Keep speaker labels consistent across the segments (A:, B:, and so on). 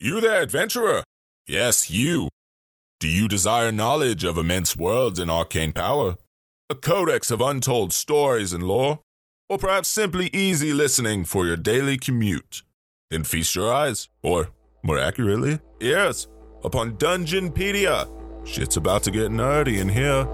A: You there, adventurer? Yes, you. Do you desire knowledge of immense worlds and arcane power? A codex of untold stories and lore? Or perhaps simply easy listening for your daily commute? Then feast your eyes, or more accurately, ears, upon Dungeonpedia. Shit's about to get nerdy in here.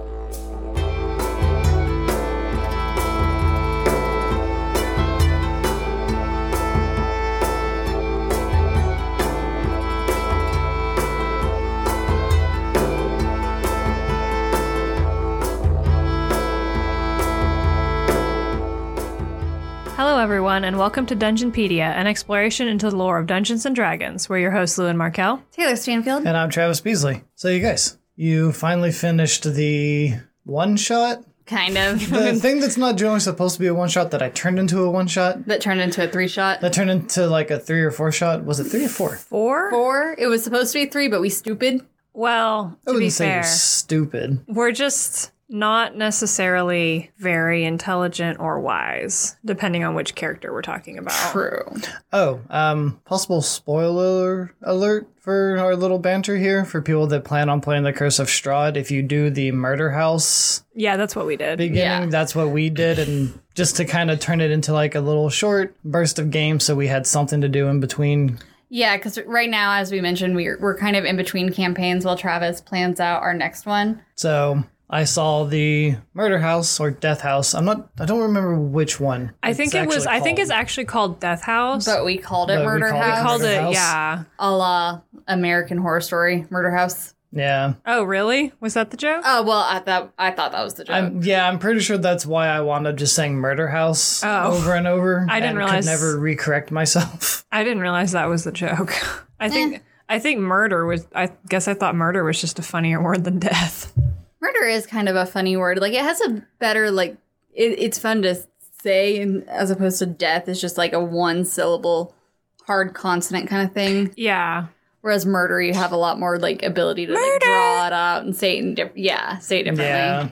B: Hello, everyone, and welcome to Dungeonpedia, an exploration into the lore of Dungeons and Dragons. We're your hosts, Lou and Markel.
C: Taylor Stanfield.
D: And I'm Travis Beasley. So, you guys, you finally finished the one shot.
C: Kind of.
D: The thing that's not generally supposed to be a one shot that I turned into a one shot,
C: that turned into a three shot.
D: that turned into like a three or four shot. Was it three or four?
B: Four?
C: Four. It was supposed to be three, but we stupid.
B: Well,
D: I
B: to be
D: wouldn't say
B: fair,
D: you're stupid.
B: we're just not necessarily very intelligent or wise, depending on which character we're talking about.
C: True.
D: Oh, um, possible spoiler alert for our little banter here for people that plan on playing the Curse of Strahd. If you do the Murder House
B: Yeah, that's what we did.
D: beginning,
C: Yeah.
D: that's what we did, and just to kind of turn it into like a little short burst of game, so we had something to do in between
C: Yeah, because right now, as we mentioned, we're, we're kind of in between campaigns while Travis plans out our next one.
D: So I saw the murder house or death house. I'm not. I don't remember which one.
B: I think
D: it's
B: it was.
D: actually
B: I think it's
D: called.
B: actually called Death House.
C: But we called it
D: But we
C: Murder
D: called it
C: House.
B: we called
D: Murder
B: it,
D: House.
B: yeah.
C: a la American Horror Story Murder House.
D: yeah.
B: Oh, really? Was that the joke?
C: Oh, well, I thought, I thought that was the joke.
B: Oh.
D: I'm, yeah, I'm pretty sure that's why I wound up just saying murder house
B: Oh.
D: over and over.
B: I didn't
D: and
B: realize-
D: Could never recorrect myself.
B: I didn't realize that was the joke. I
C: Eh.
B: think. I think murder was. I guess I thought murder was just a funnier word than death.
C: Murder is kind of a funny word. Like, it has a better, like, it, it's fun to say and as opposed to death. It's just like a one syllable, hard consonant kind of thing.
B: Yeah.
C: Whereas murder, you have a lot more like ability to like, draw it out and say it in different. Yeah, say it differently.
D: yeah.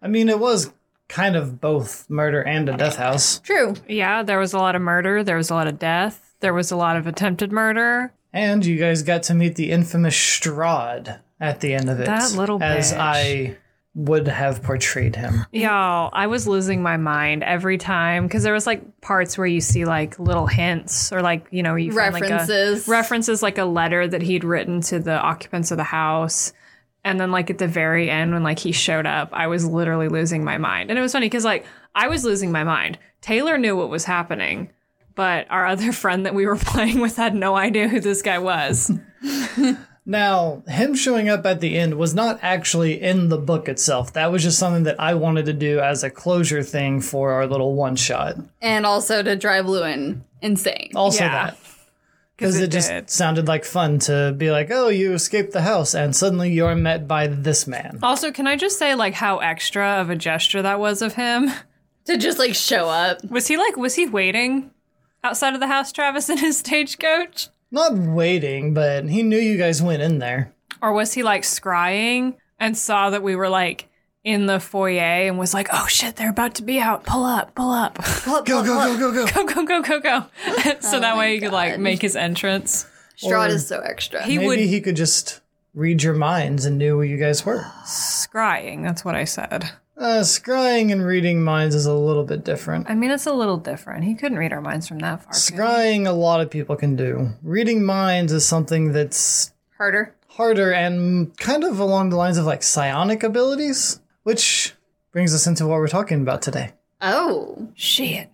D: I mean, it was kind of both murder and a death house,
C: True.
B: Yeah, there was a lot of murder. There was a lot of death. There was a lot of attempted murder.
D: and you guys got to meet the infamous Strahd at the end of it.
B: That little
D: as
B: bitch.
D: I would have portrayed him.
B: Y'all, I was losing my mind every time because there was like parts where you see like little hints or like you know you find, like, a-
C: References.
B: references like a letter that he'd written to the occupants of the house. And then like at the very end when like he showed up, I was literally losing my mind. And it was funny because like I was losing my mind. Taylor knew what was happening, but our other friend that we were playing with had no idea who this guy was.
D: Now, him showing up at the end was not actually in the book itself. That was just something that I wanted to do as a closure thing for our little one shot.
C: And also to drive Lewin insane.
D: Also,
B: Yeah,
D: that. Because it, just sounded like fun to be like, oh, you escaped the house, and suddenly you're met by this man.
B: Also, can I just say like how extra of a gesture that was of him?
C: To just like show up.
B: Was he like was he waiting outside of the house, Travis, in his stagecoach?
D: Not waiting, but he knew you guys went in there.
B: Or was he like scrying and saw that we were like in the foyer and was like, oh shit, they're about to be out. Pull up, pull up.
C: Go, go,
D: go, go.
B: go, go, go, go, go. so that way he could like
C: God.
B: make his entrance.
C: Strahd
D: Or-
C: is so extra.
B: He
D: Maybe
B: would
D: he could just read your minds and knew where you guys were.
B: scrying. That's what I said.
D: Uh, scrying and reading minds is a little bit different.
B: I mean, it's a little different. He couldn't read our minds from that far. could he?
D: Scrying, a lot of people can do. Reading minds is something that's
C: Harder.
D: harder and kind of along the lines of like psionic abilities, which brings us into what we're talking about today.
C: Oh.
B: Shit.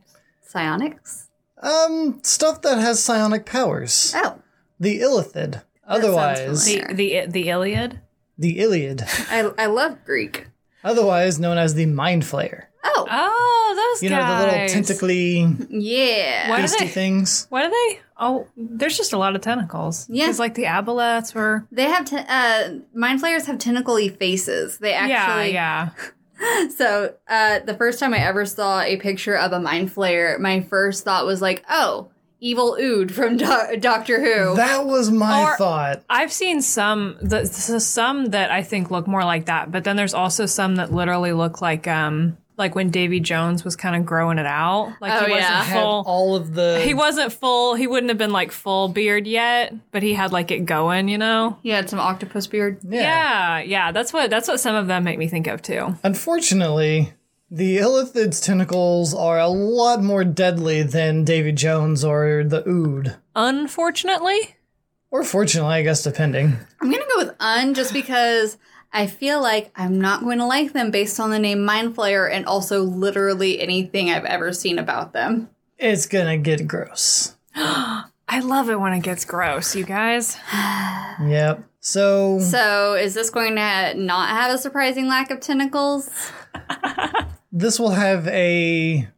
C: Psionics?
D: Um, stuff that has psionic powers.
C: Oh.
D: The Illithid. Otherwise,
B: The,
C: familiar.
B: the, the Iliad?
D: the Iliad.
C: I, I love Greek.
D: Otherwise known as the Mind Flayer.
C: Oh.
B: Oh, those
D: You know,
B: guys.
D: the little tentacly,
C: yeah.
B: What? Are
D: beasty
B: they-
D: things.
B: What are they? Oh, there's just a lot of tentacles.
C: Yeah.
B: It's like the aboleths were.
C: They have, ten- uh, mind flayers have tentacly faces. They
B: yeah,
C: actually
B: yeah.
C: So, uh, the first time I ever saw a picture of a mind flayer, my first thought was like, "Oh, evil Ood from Do- Doctor Who."
D: That was my
B: Or-
D: thought.
B: I've seen some the, s- some that I think look more like that, but then there's also some that literally look like um like when Davy Jones was kind of growing it out. Like
C: Oh,
B: he wasn't
C: yeah.
D: Had
B: full.
D: all of the
B: He wasn't full. He wouldn't have been like full beard yet, but he had like it going, you know.
C: He had some octopus beard.
B: Yeah, yeah. that's what that's what some of them make me think of too.
D: Unfortunately, the Illithid's tentacles are a lot more deadly than Davy Jones or the Ood.
B: Unfortunately,
D: Or fortunately, I guess, depending.
C: I'm gonna go with un just because I feel like I'm not going to like them based on the name Mind Flayer and also literally anything I've ever seen about them.
D: It's gonna get gross.
B: I love it when it gets gross, you guys.
D: Yep. So,
C: So is this going to not have a surprising lack of tentacles?
D: this will have a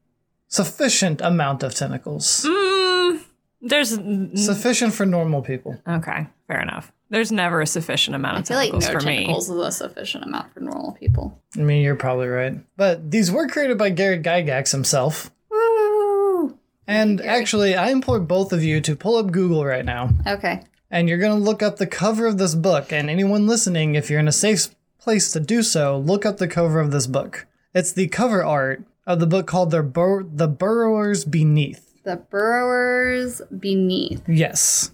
D: sufficient amount of tentacles.
B: Mm, there's n-
D: Sufficient for normal people.
B: okay, fair enough. There's never a sufficient amount
C: I
B: of
C: feel like no
B: tentacles for
C: tentacles is a sufficient amount for normal people.
D: I mean, you're probably right. But these were created by Garrett Gygax himself.
C: Woo!
D: And actually, I implore both of you to pull up Google right now.
C: Okay.
D: and you're going to look up the cover of this book. And anyone listening, if you're in a safe place to do so, look up the cover of this book. It's the cover art of the book called "The, Bur- the Burrowers Beneath."
C: The burrowers beneath.
D: Yes,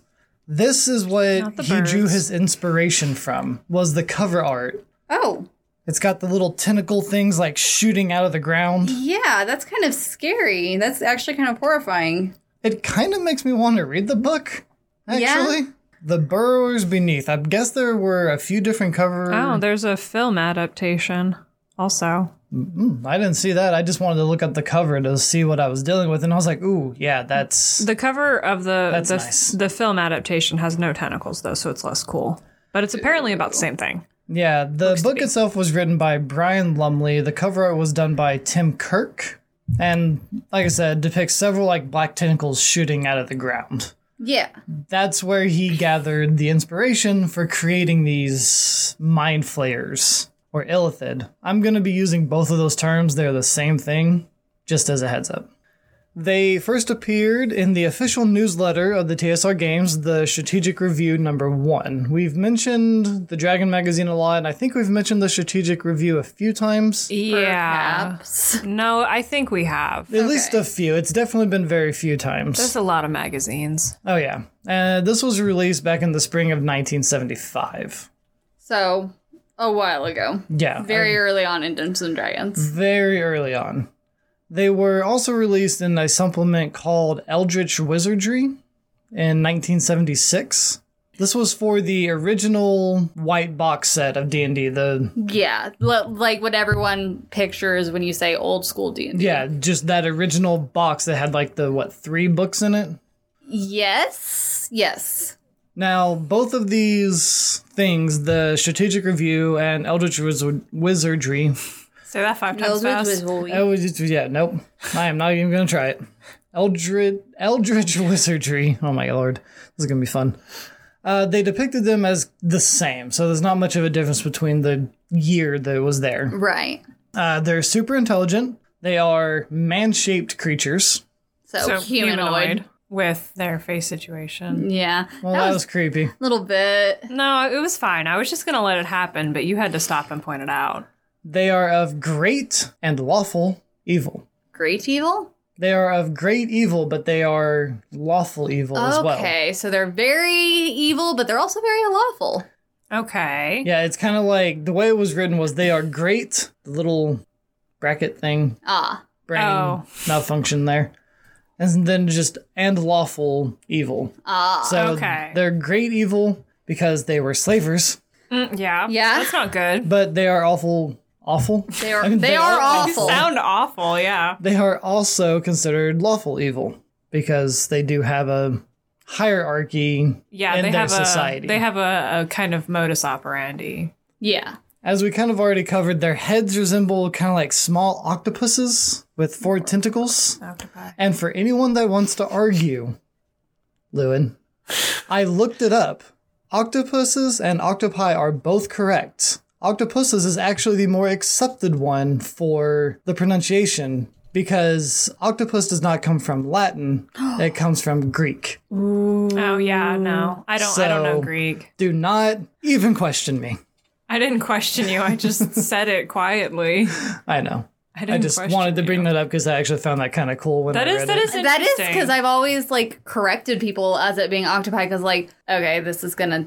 D: this is what
B: Not the
D: he drew
B: birds.
D: his inspiration from. Was the cover art?
C: Oh,
D: It's got the little tentacle things like shooting out of the ground.
C: yeah, that's kind of scary. That's actually kind of horrifying.
D: It kind of makes me want to read the book. Actually,
C: Yeah.
D: the Burrowers Beneath. I guess there were a few different cover.
B: me. Oh, there's a film adaptation also.
D: Mm, I didn't see that. I just wanted to look up the cover to see what I was dealing with, and I was like, "Ooh, yeah, that's
B: The cover of the
D: That's
B: the,
D: nice.
B: the film adaptation has no tentacles though, so it's less cool. But it's apparently about the same thing.
D: yeah." The
B: to
D: book
B: be.
D: itself was written by Brian Lumley. The cover art was done by Tim Kirk, and like I said, depicts several like black tentacles shooting out of the ground.
C: Yeah.
D: That's where he gathered the inspiration for creating these mind flayers or illithid. I'm going to be using both of those terms. They're the same thing, just as a heads up. They first appeared in the official newsletter of the TSR Games, the Strategic Review number one. We've mentioned the Dragon magazine a lot, and I think we've mentioned the Strategic Review a few times.
B: Yeah.
C: Perhaps.
B: No, I think we have.
D: At least a few. It's definitely been very few times.
B: There's a lot of magazines.
D: oh, yeah. Uh, this was released back in the spring of 1975.
C: So, a while ago.
D: Yeah.
C: Very early on in Dungeons and Dragons.
D: very early on. They were also released in a supplement called Eldritch Wizardry in 1976. This was for the original white box set of D&D, the
C: Yeah. L- like what everyone pictures when you say old school D&D.
D: yeah, just that original box that had like the what, 3 books in it.
C: Yes. Yes.
D: Now, both of these things, the Strategic Review and Eldritch Wizard- Wizardry,
B: Say that five times
C: Those with
B: fast.
C: Wizzle-
D: Oh, it's- yeah, nope. I am not even going to try it. Eldritch, Eldritch Wizardry. Oh my lord. This is going to be fun. Uh, they depicted them as the same, so there's not much of a difference between the year that it was there.
C: Right.
D: Uh, they're super intelligent. They are man shaped creatures.
C: So,
B: So
C: humanoid.
B: with their face situation.
C: Yeah.
D: Well,
C: that,
D: that
C: was
D: was creepy.
C: a little bit.
B: No, it was fine. I was just gonna let it happen, but you had to stop and point it out.
D: They are of great and lawful evil.
C: Great evil?
D: They are of great evil, but they are lawful evil as well.
C: Okay. So they're very evil, but they're also very unlawful.
B: Okay.
D: Yeah, it's kind of like the way it was written was they are great. The little bracket thing,
C: Ah.
D: brain
B: Oh.
D: malfunction there. And then just and lawful evil.
C: Ah.
D: So
B: okay.
D: they're great evil because they were slavers,
B: Mm, yeah.
C: Yeah.
B: That's not good.
D: but they are awful. Awful?
C: They are,
D: I mean,
C: they
D: they
C: are,
D: are
B: You
C: awful.
B: sound awful. Yeah.
D: They are also considered lawful evil because they do have a hierarchy
B: Yeah.
D: in
B: they
D: their
B: have
D: society.
B: a they have a, a kind of modus operandi.
C: yeah.
D: As we kind of already covered, their heads resemble kind of like small octopuses with four tentacles.
B: Octopi.
D: And for anyone that wants to argue, Lewin, I looked it up. Octopuses and octopi are both correct. Octopuses is actually the more accepted one for the pronunciation because octopus does not come from Latin, it comes from Greek.
B: Oh yeah. No, I don't. I don't know
D: So-
B: Greek.
D: Do not even question me.
B: I didn't question you. I just said it quietly.
D: I know.
B: I, didn't
D: I just
B: question
D: wanted to bring
B: you.
D: that up because I actually found that kind of cool when
B: That
D: I
B: is
D: read
B: that
D: it.
B: is
C: That is
B: interesting.
C: because I've always like corrected people as it being octopi because like okay this is gonna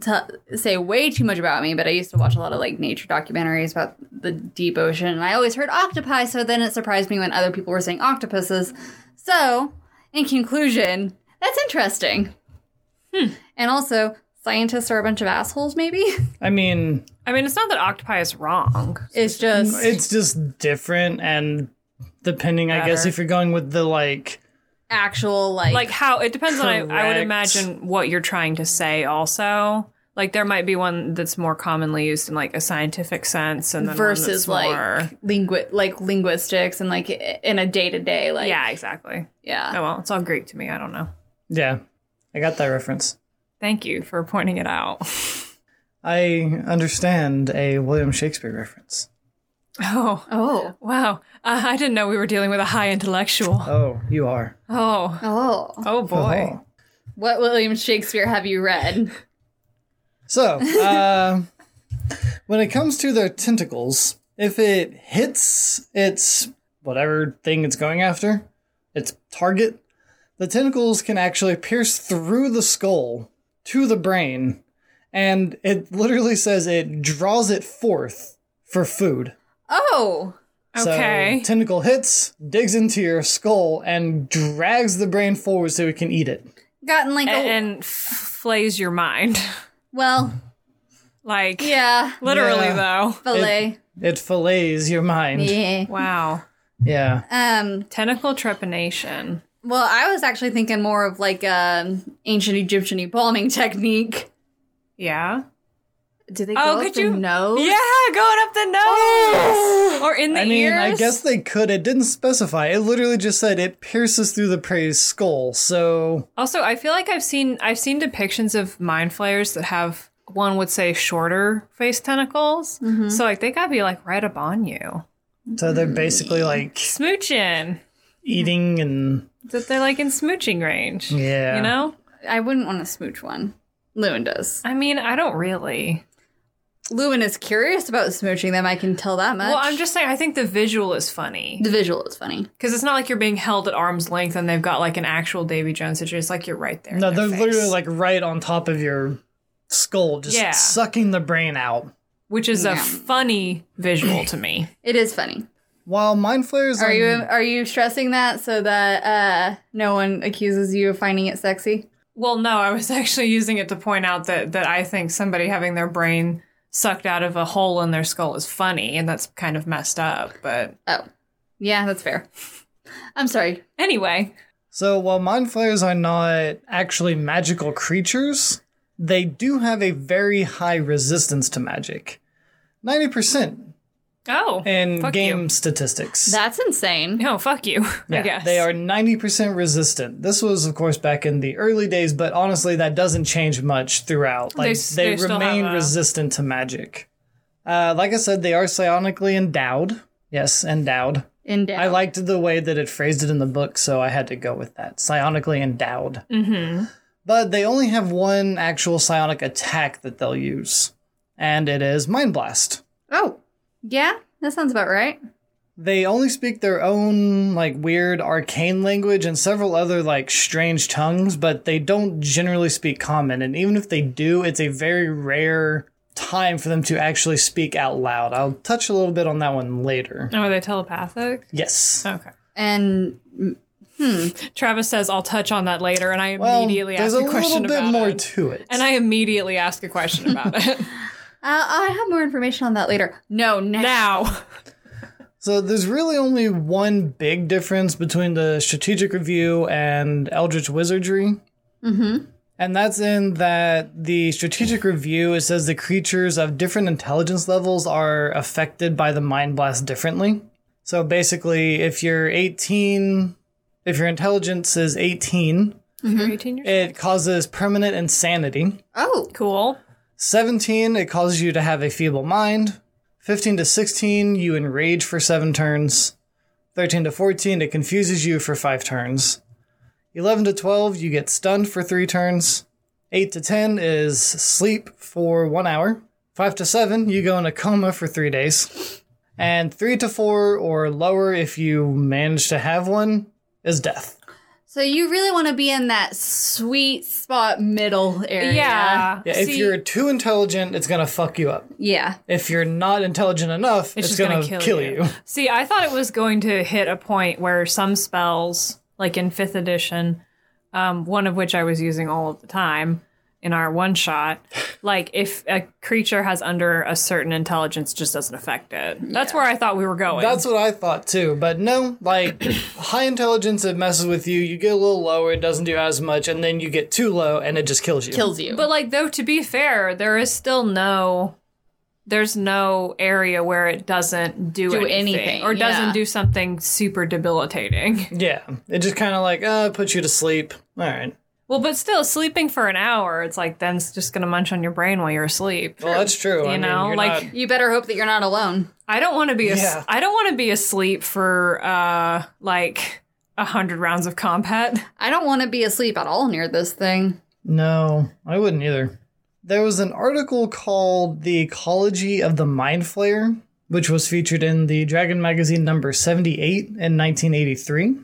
C: t- say way too much about me but I used to watch a lot of like nature documentaries about the deep ocean and I always heard octopi so then it surprised me when other people were saying octopuses so in conclusion that's interesting
B: Hmm.
C: and also scientists are a bunch of assholes maybe
D: I mean,
B: I mean, it's not that octopi is wrong.
C: it's just
D: it's just different and depending, I guess,
B: Better.
D: if you're going with the like
C: actual like
B: Like how it depends on. I, I would
D: Correct.
B: imagine what you're trying to say. Also, like there might be one that's more commonly used in like a scientific sense, and then one
C: versus
B: that's more-
C: like lingui- like linguistics and like i- in a day to day like
B: yeah, exactly.
C: yeah
B: Oh well, it's all Greek to me. I don't know.
D: Yeah, I got that reference.
B: Thank you for pointing it out.
D: I understand a William Shakespeare reference.
B: Oh
C: oh
B: wow, uh, I didn't know we were dealing with a high intellectual.
D: Oh, you are.
B: Oh
C: oh
B: oh boy.
D: Oh.
C: what William Shakespeare have you read
D: So, uh, when it comes to their tentacles, if it hits its whatever thing it's going after, its target, the tentacles can actually pierce through the skull to the brain, and it literally says it draws it forth for food.
C: oh
B: Okay.
D: So, tentacle hits, digs into your skull, and drags the brain forward so it can eat it.
C: gotten like
B: A-
C: a,
B: and f- flays your mind.
C: well
B: Like
C: yeah
B: literally
D: Yeah.
B: though.
C: fillet
D: It fillets your mind.
C: yeah
B: Wow.
D: Yeah.
C: um
B: Tentacle trepanation.
C: well I was actually thinking more of like um ancient Egyptian embalming technique
B: Yeah.
C: do they
B: Oh,
C: go up
B: could
C: the
B: you-
C: nose
B: Yeah, going up the nose or in the
D: I mean,
B: ears.
D: I guess they could. It didn't specify. It literally just said it pierces through the prey's skull. So
B: Also, I feel like I've seen I've seen depictions of mind flayers that have one would say shorter face tentacles. So like they gotta be like right up on you,
D: so they're
B: Hmm.
D: basically like
B: smooching.
D: eating and
B: That they're like in smooching range.
D: yeah.
B: You know.
C: I wouldn't want to smooch one Lewin does
B: I mean, I don't really.
C: Lewin is curious about smooching them I can tell that much
B: Well, I'm just saying. I think the visual is funny.
C: the visual is funny
B: Because it's not like you're being held at arm's length and they've got like an actual Davy Jones situation. It's like you're right there. in
D: No,
B: their
D: they're
B: face.
D: literally like right on top of your skull, just
B: Yeah.
D: sucking the brain out.
B: Which is a
C: Yeah.
B: funny visual to me.
C: it is funny
D: While mind flayers
C: Are
B: Um,
D: on-
C: you are you stressing that so that uh, no one accuses you of finding it sexy?
B: Well, no, I was actually using it to point out that, that I think somebody having their brain sucked out of a hole in their skull is funny and that's kind of messed up. But
C: Oh, yeah, that's fair. I'm sorry.
B: anyway,
D: So while mind flayers are not actually magical creatures, they do have a very high resistance to magic. 90%
B: oh,
D: in
B: fuck
D: game
B: you.
D: statistics.
C: That's insane.
B: No, fuck you. I
D: Yeah,
B: guess
D: They are 90% resistant. This was, of course, back in the early days, but honestly, that doesn't change much throughout.
B: They
D: Like, they,
B: s- they still
D: remain
B: have a-
D: resistant to magic. Uh, like I said, they are psionically endowed. Yes, endowed.
C: In depth.
D: I liked the way that it phrased it in the book, so I had to go with that. Psionically endowed.
B: Mm-hmm.
D: But they only have one actual psionic attack that they'll use, and it is Mind Blast.
C: oh, yeah, that sounds about right.
D: they only speak their own like weird arcane language and several other like strange tongues but they don't generally speak common and even if they do it's a very rare time for them to actually speak out loud i'll touch a little bit on that one later
B: Oh, are they telepathic?
D: yes
B: Okay.
C: And mm,
B: Travis says, I'll touch on that later. And I
D: well
B: immediately
D: there's
B: ask
D: a
B: a question
D: little bit
B: about
D: more
B: it.
D: to it
B: and I immediately ask a question about it.
C: uh, I have more information on that later. No, now.
B: now.
D: so there's really only one big difference between the strategic review and eldritch wizardry
C: Mm-hmm.
D: And that's in that the strategic review it says the creatures of different intelligence levels are affected by the mind blast differently. So basically, if you're 18, if your intelligence is 18,
B: You're 18 years
D: it causes permanent insanity.
C: Oh,
B: Eh. Cool.
D: 17, it causes you to have a feeble mind. 15 to 16, you enrage for seven turns. 13 to 14, it confuses you for five turns. 11 to 12, you get stunned for three turns. 8 to 10 is sleep for one hour. 5 to 7, you go in a coma for three days. and three to four or lower if you manage to have one is death.
C: So you really want to be in that sweet spot middle area.
B: Yeah.
D: Yeah, if
B: See,
D: you're too intelligent, it's gonna fuck you up.
C: Yeah.
D: If you're not intelligent enough,
B: It's
D: it's,
B: just
D: gonna,
B: gonna kill
D: kill,
B: you.
D: you.
B: See, I thought it was going to hit a point where some spells, like in fifth edition, um, one of which I was using all of the time in our one shot, like if a creature has under a certain intelligence, just doesn't affect it. That's where I thought we were going.
D: That's what I thought too, but no, like high intelligence, it messes with you. You get a little lower, it doesn't do as much, and then you get too low, and it just kills you.
C: Kills you.
B: but like, though, to be fair, there is still no. There's no area where it doesn't do,
C: Do
B: anything,
C: anything,
B: or doesn't
C: yeah.
B: do something super debilitating.
D: Yeah, it just kind of like uh, puts you to sleep. All right,
B: Well, but still, sleeping for an hour, it's like then it's just gonna munch on your brain while you're asleep.
D: well that's true.
B: You
D: I mean,
B: know,
D: you're
B: like-
D: not-
C: you better hope that you're not alone.
B: I don't want to be as-
D: Yeah.
B: I don't want to be asleep for uh like a hundred rounds of combat.
C: I don't want to be asleep at all near this thing.
D: no, I wouldn't either. There was an article called "The Ecology of the Mind Flayer," which was featured in the Dragon magazine number seventy-eight in nineteen eighty-three.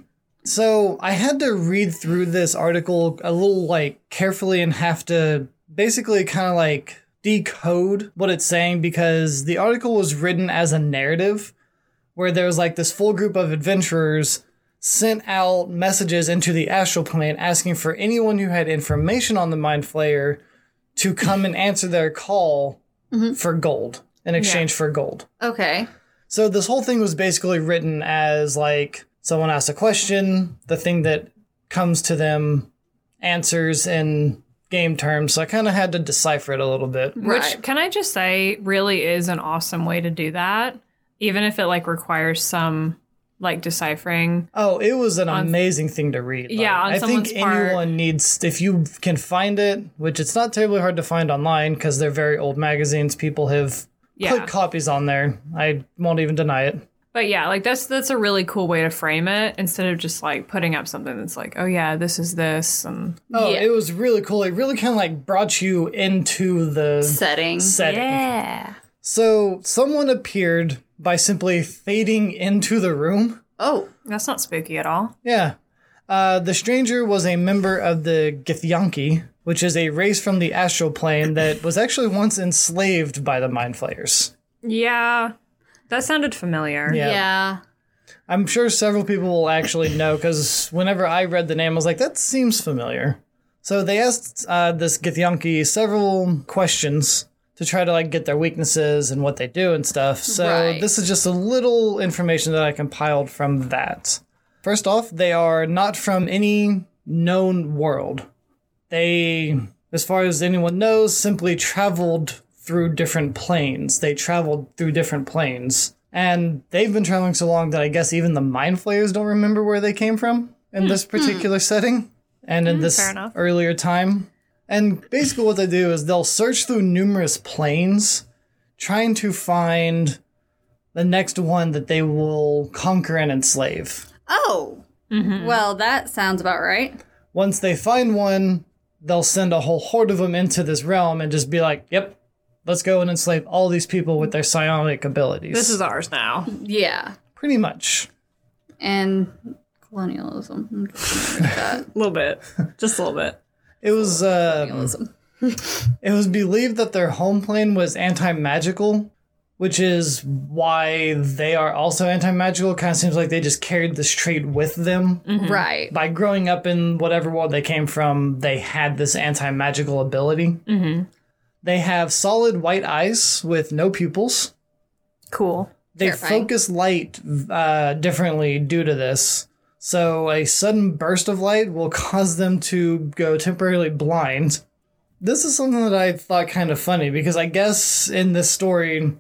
D: So I had to read through this article a little like carefully and have to basically kind of like decode what it's saying because the article was written as a narrative where there was like this full group of adventurers sent out messages into the astral plane asking for anyone who had information on the mind flayer to come and answer their call for gold in exchange for gold.
C: Okay.
D: So this whole thing was basically written as like someone asks a question, the thing that comes to them answers in game terms. So I kind of had to decipher it a little bit.
B: Which can I just say really is an awesome way to do that. Even if it like requires some like deciphering.
D: Oh, it was an amazing thing to read.
B: Yeah, on
D: I think
B: someone's part.
D: anyone needs if you can find it, which it's not terribly hard to find online because they're very old magazines. People have
B: Yeah.
D: put copies on there. I won't even deny it.
B: But yeah, like that's that's a really cool way to frame it instead of just like putting up something that's like, oh yeah, this is this um, and
D: Oh,
C: Yeah.
D: it was really cool. It really kind of like brought you into the
C: Setting.
D: setting.
B: yeah.
D: So someone appeared by simply fading into the room.
C: Oh.
B: That's not spooky at all.
D: Yeah. Uh, the stranger was a member of the Githyanki, which is a race from the astral plane that was actually once enslaved by the Mind Flayers.
B: Yeah. That sounded familiar.
D: Yeah.
C: Yeah.
D: I'm sure several people will actually know because whenever I read the name, I was like, that seems familiar. So they asked uh, this Githyanki several questions to try to like get their weaknesses and what they do and stuff. So
C: Right.
D: this is just a little information that I compiled from that. First off, they are not from any known world. They, as far as anyone knows, simply traveled through different planes. They traveled through different planes. And they've been traveling so long that I guess even the mind flayers don't remember where they came from in this particular setting and in this
B: Hmm, fair enough.
D: earlier time. And basically, what they do is they'll search through numerous planes trying to find the next one that they will conquer and enslave.
C: Oh. Well, that sounds about right.
D: once they find one, they'll send a whole horde of them into this realm and just be like, yep, let's go and enslave all these people with their psionic abilities.
B: This is ours now.
C: Yeah.
D: pretty much.
C: And colonialism. I'm just gonna read that.
B: A little bit. Just a little bit.
D: It was uh,
C: Colonialism.
D: it was believed that their home plane was anti-magical, which is why they are also anti-magical. Kind of seems like they just carried this trait with them.
B: Mm-hmm.
C: Right.
D: By growing up in whatever world they came from, they had this anti-magical ability. Mm-hmm. They have solid white eyes with no pupils.
B: Cool.
D: they
C: Terrifying.
D: focus light uh, differently due to this. So a sudden burst of light will cause them to go temporarily blind. This is something that I thought kind of funny because I guess in this story,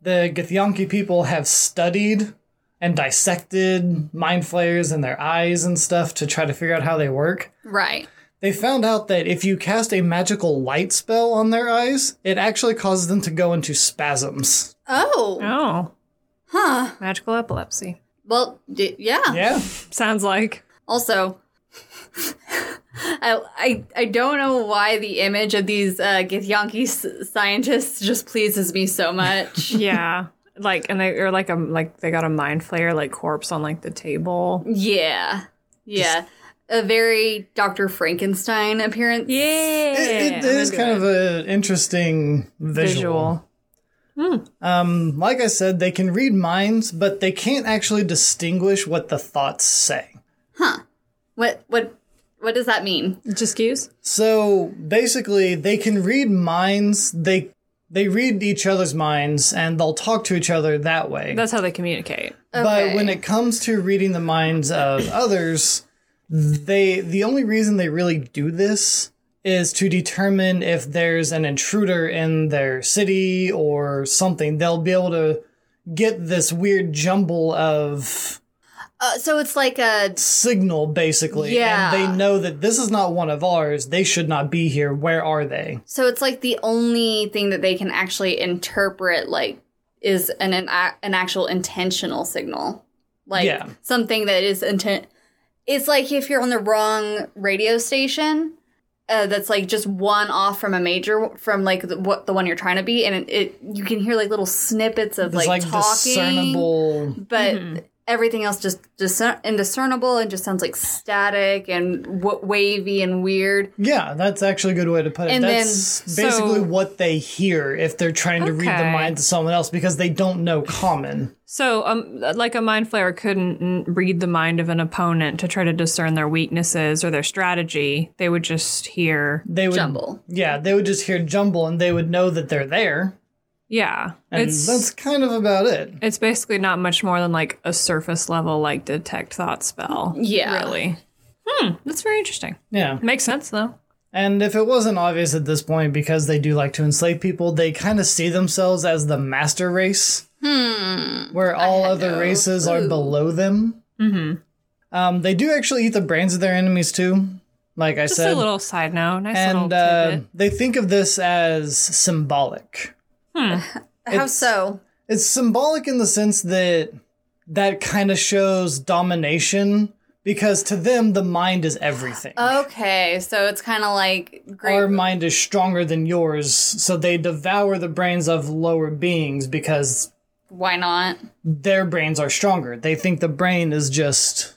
D: the Githyanki people have studied and dissected mind flayers and their eyes and stuff to try to figure out how they work.
C: Right.
D: They found out that if you cast a magical light spell on their eyes, it actually causes them to go into spasms.
C: Oh.
B: Oh.
C: Huh.
B: Magical epilepsy.
C: Well, d- yeah.
D: Yeah.
B: Sounds like.
C: Also, I, I I don't know why the image of these uh, Githyanki s- scientists just pleases me so much.
B: Yeah. Like and they or like a like they got a mind flayer like corpse on like the table.
C: Yeah. Yeah. a very Dr. Frankenstein appearance.
B: Yeah,
D: It- it is kind of an interesting visual.
B: visual.
D: Um, like I said, they can read minds, but they can't actually distinguish what the thoughts say.
C: What what what does that mean?
B: Just cues.
D: So basically, they can read minds. They they read each other's minds, and they'll talk to each other that way.
B: That's how they communicate.
D: But
C: Okay.
D: when it comes to reading the minds of others, they the only reason they really do this is to determine if there's an intruder in their city or something. They'll be able to get this weird jumble of
C: Uh, so it's like a
D: signal basically
C: Yeah.
D: and they know that this is not one of ours they should not be here where are they
C: so it's like the only thing that they can actually interpret like is an an, a- an actual intentional signal. Like
D: Yeah.
C: something that is intent It's like if you're on the wrong radio station uh, that's like just one off from a major from like the, what the one you're trying to be and it, it you can hear like little snippets of
D: it's
C: like,
D: like,
C: talking
D: discernible Mm-hmm.
C: but everything else just discer- indiscernible and just sounds like static and w- wavy and weird.
D: Yeah, that's actually a good way to put it.
C: And then-
D: that's basically
B: so-
D: what they hear if they're trying to read the
B: Okay.
D: mind of someone else because they don't know common.
B: So, um, like a mind flayer couldn't n- read the mind of an opponent to try to discern their weaknesses or their strategy. They would just hear,
D: They would
C: Jumble.
D: Yeah, they would just hear jumble and they would know that they're there.
B: yeah.
D: And
B: it's
D: that's kind of about it.
B: it's basically not much more than like a surface level like detect thought spell.
C: Yeah.
B: really. Hmm, that's very interesting.
D: Yeah.
B: Makes sense though.
D: And if it wasn't obvious at this point, because they do like to enslave people, they kind of see themselves as the master race,
B: Hmm.
D: where all other races are below them. Mm-hmm. Um, they do actually eat the brains of their enemies too. Like I
B: Just
D: said,
B: a little side note. Nice
D: and
B: little
D: uh,
B: tidbit.
D: they think of this as symbolic.
C: How so?
D: It's symbolic in the sense that that kind of shows domination because to them the mind is everything.
B: Oh,
C: Okay, so it's kind of like great.
D: Our mind is stronger than yours, so they devour the brains of lower beings because
C: why not?
D: their brains are stronger. They think the brain is just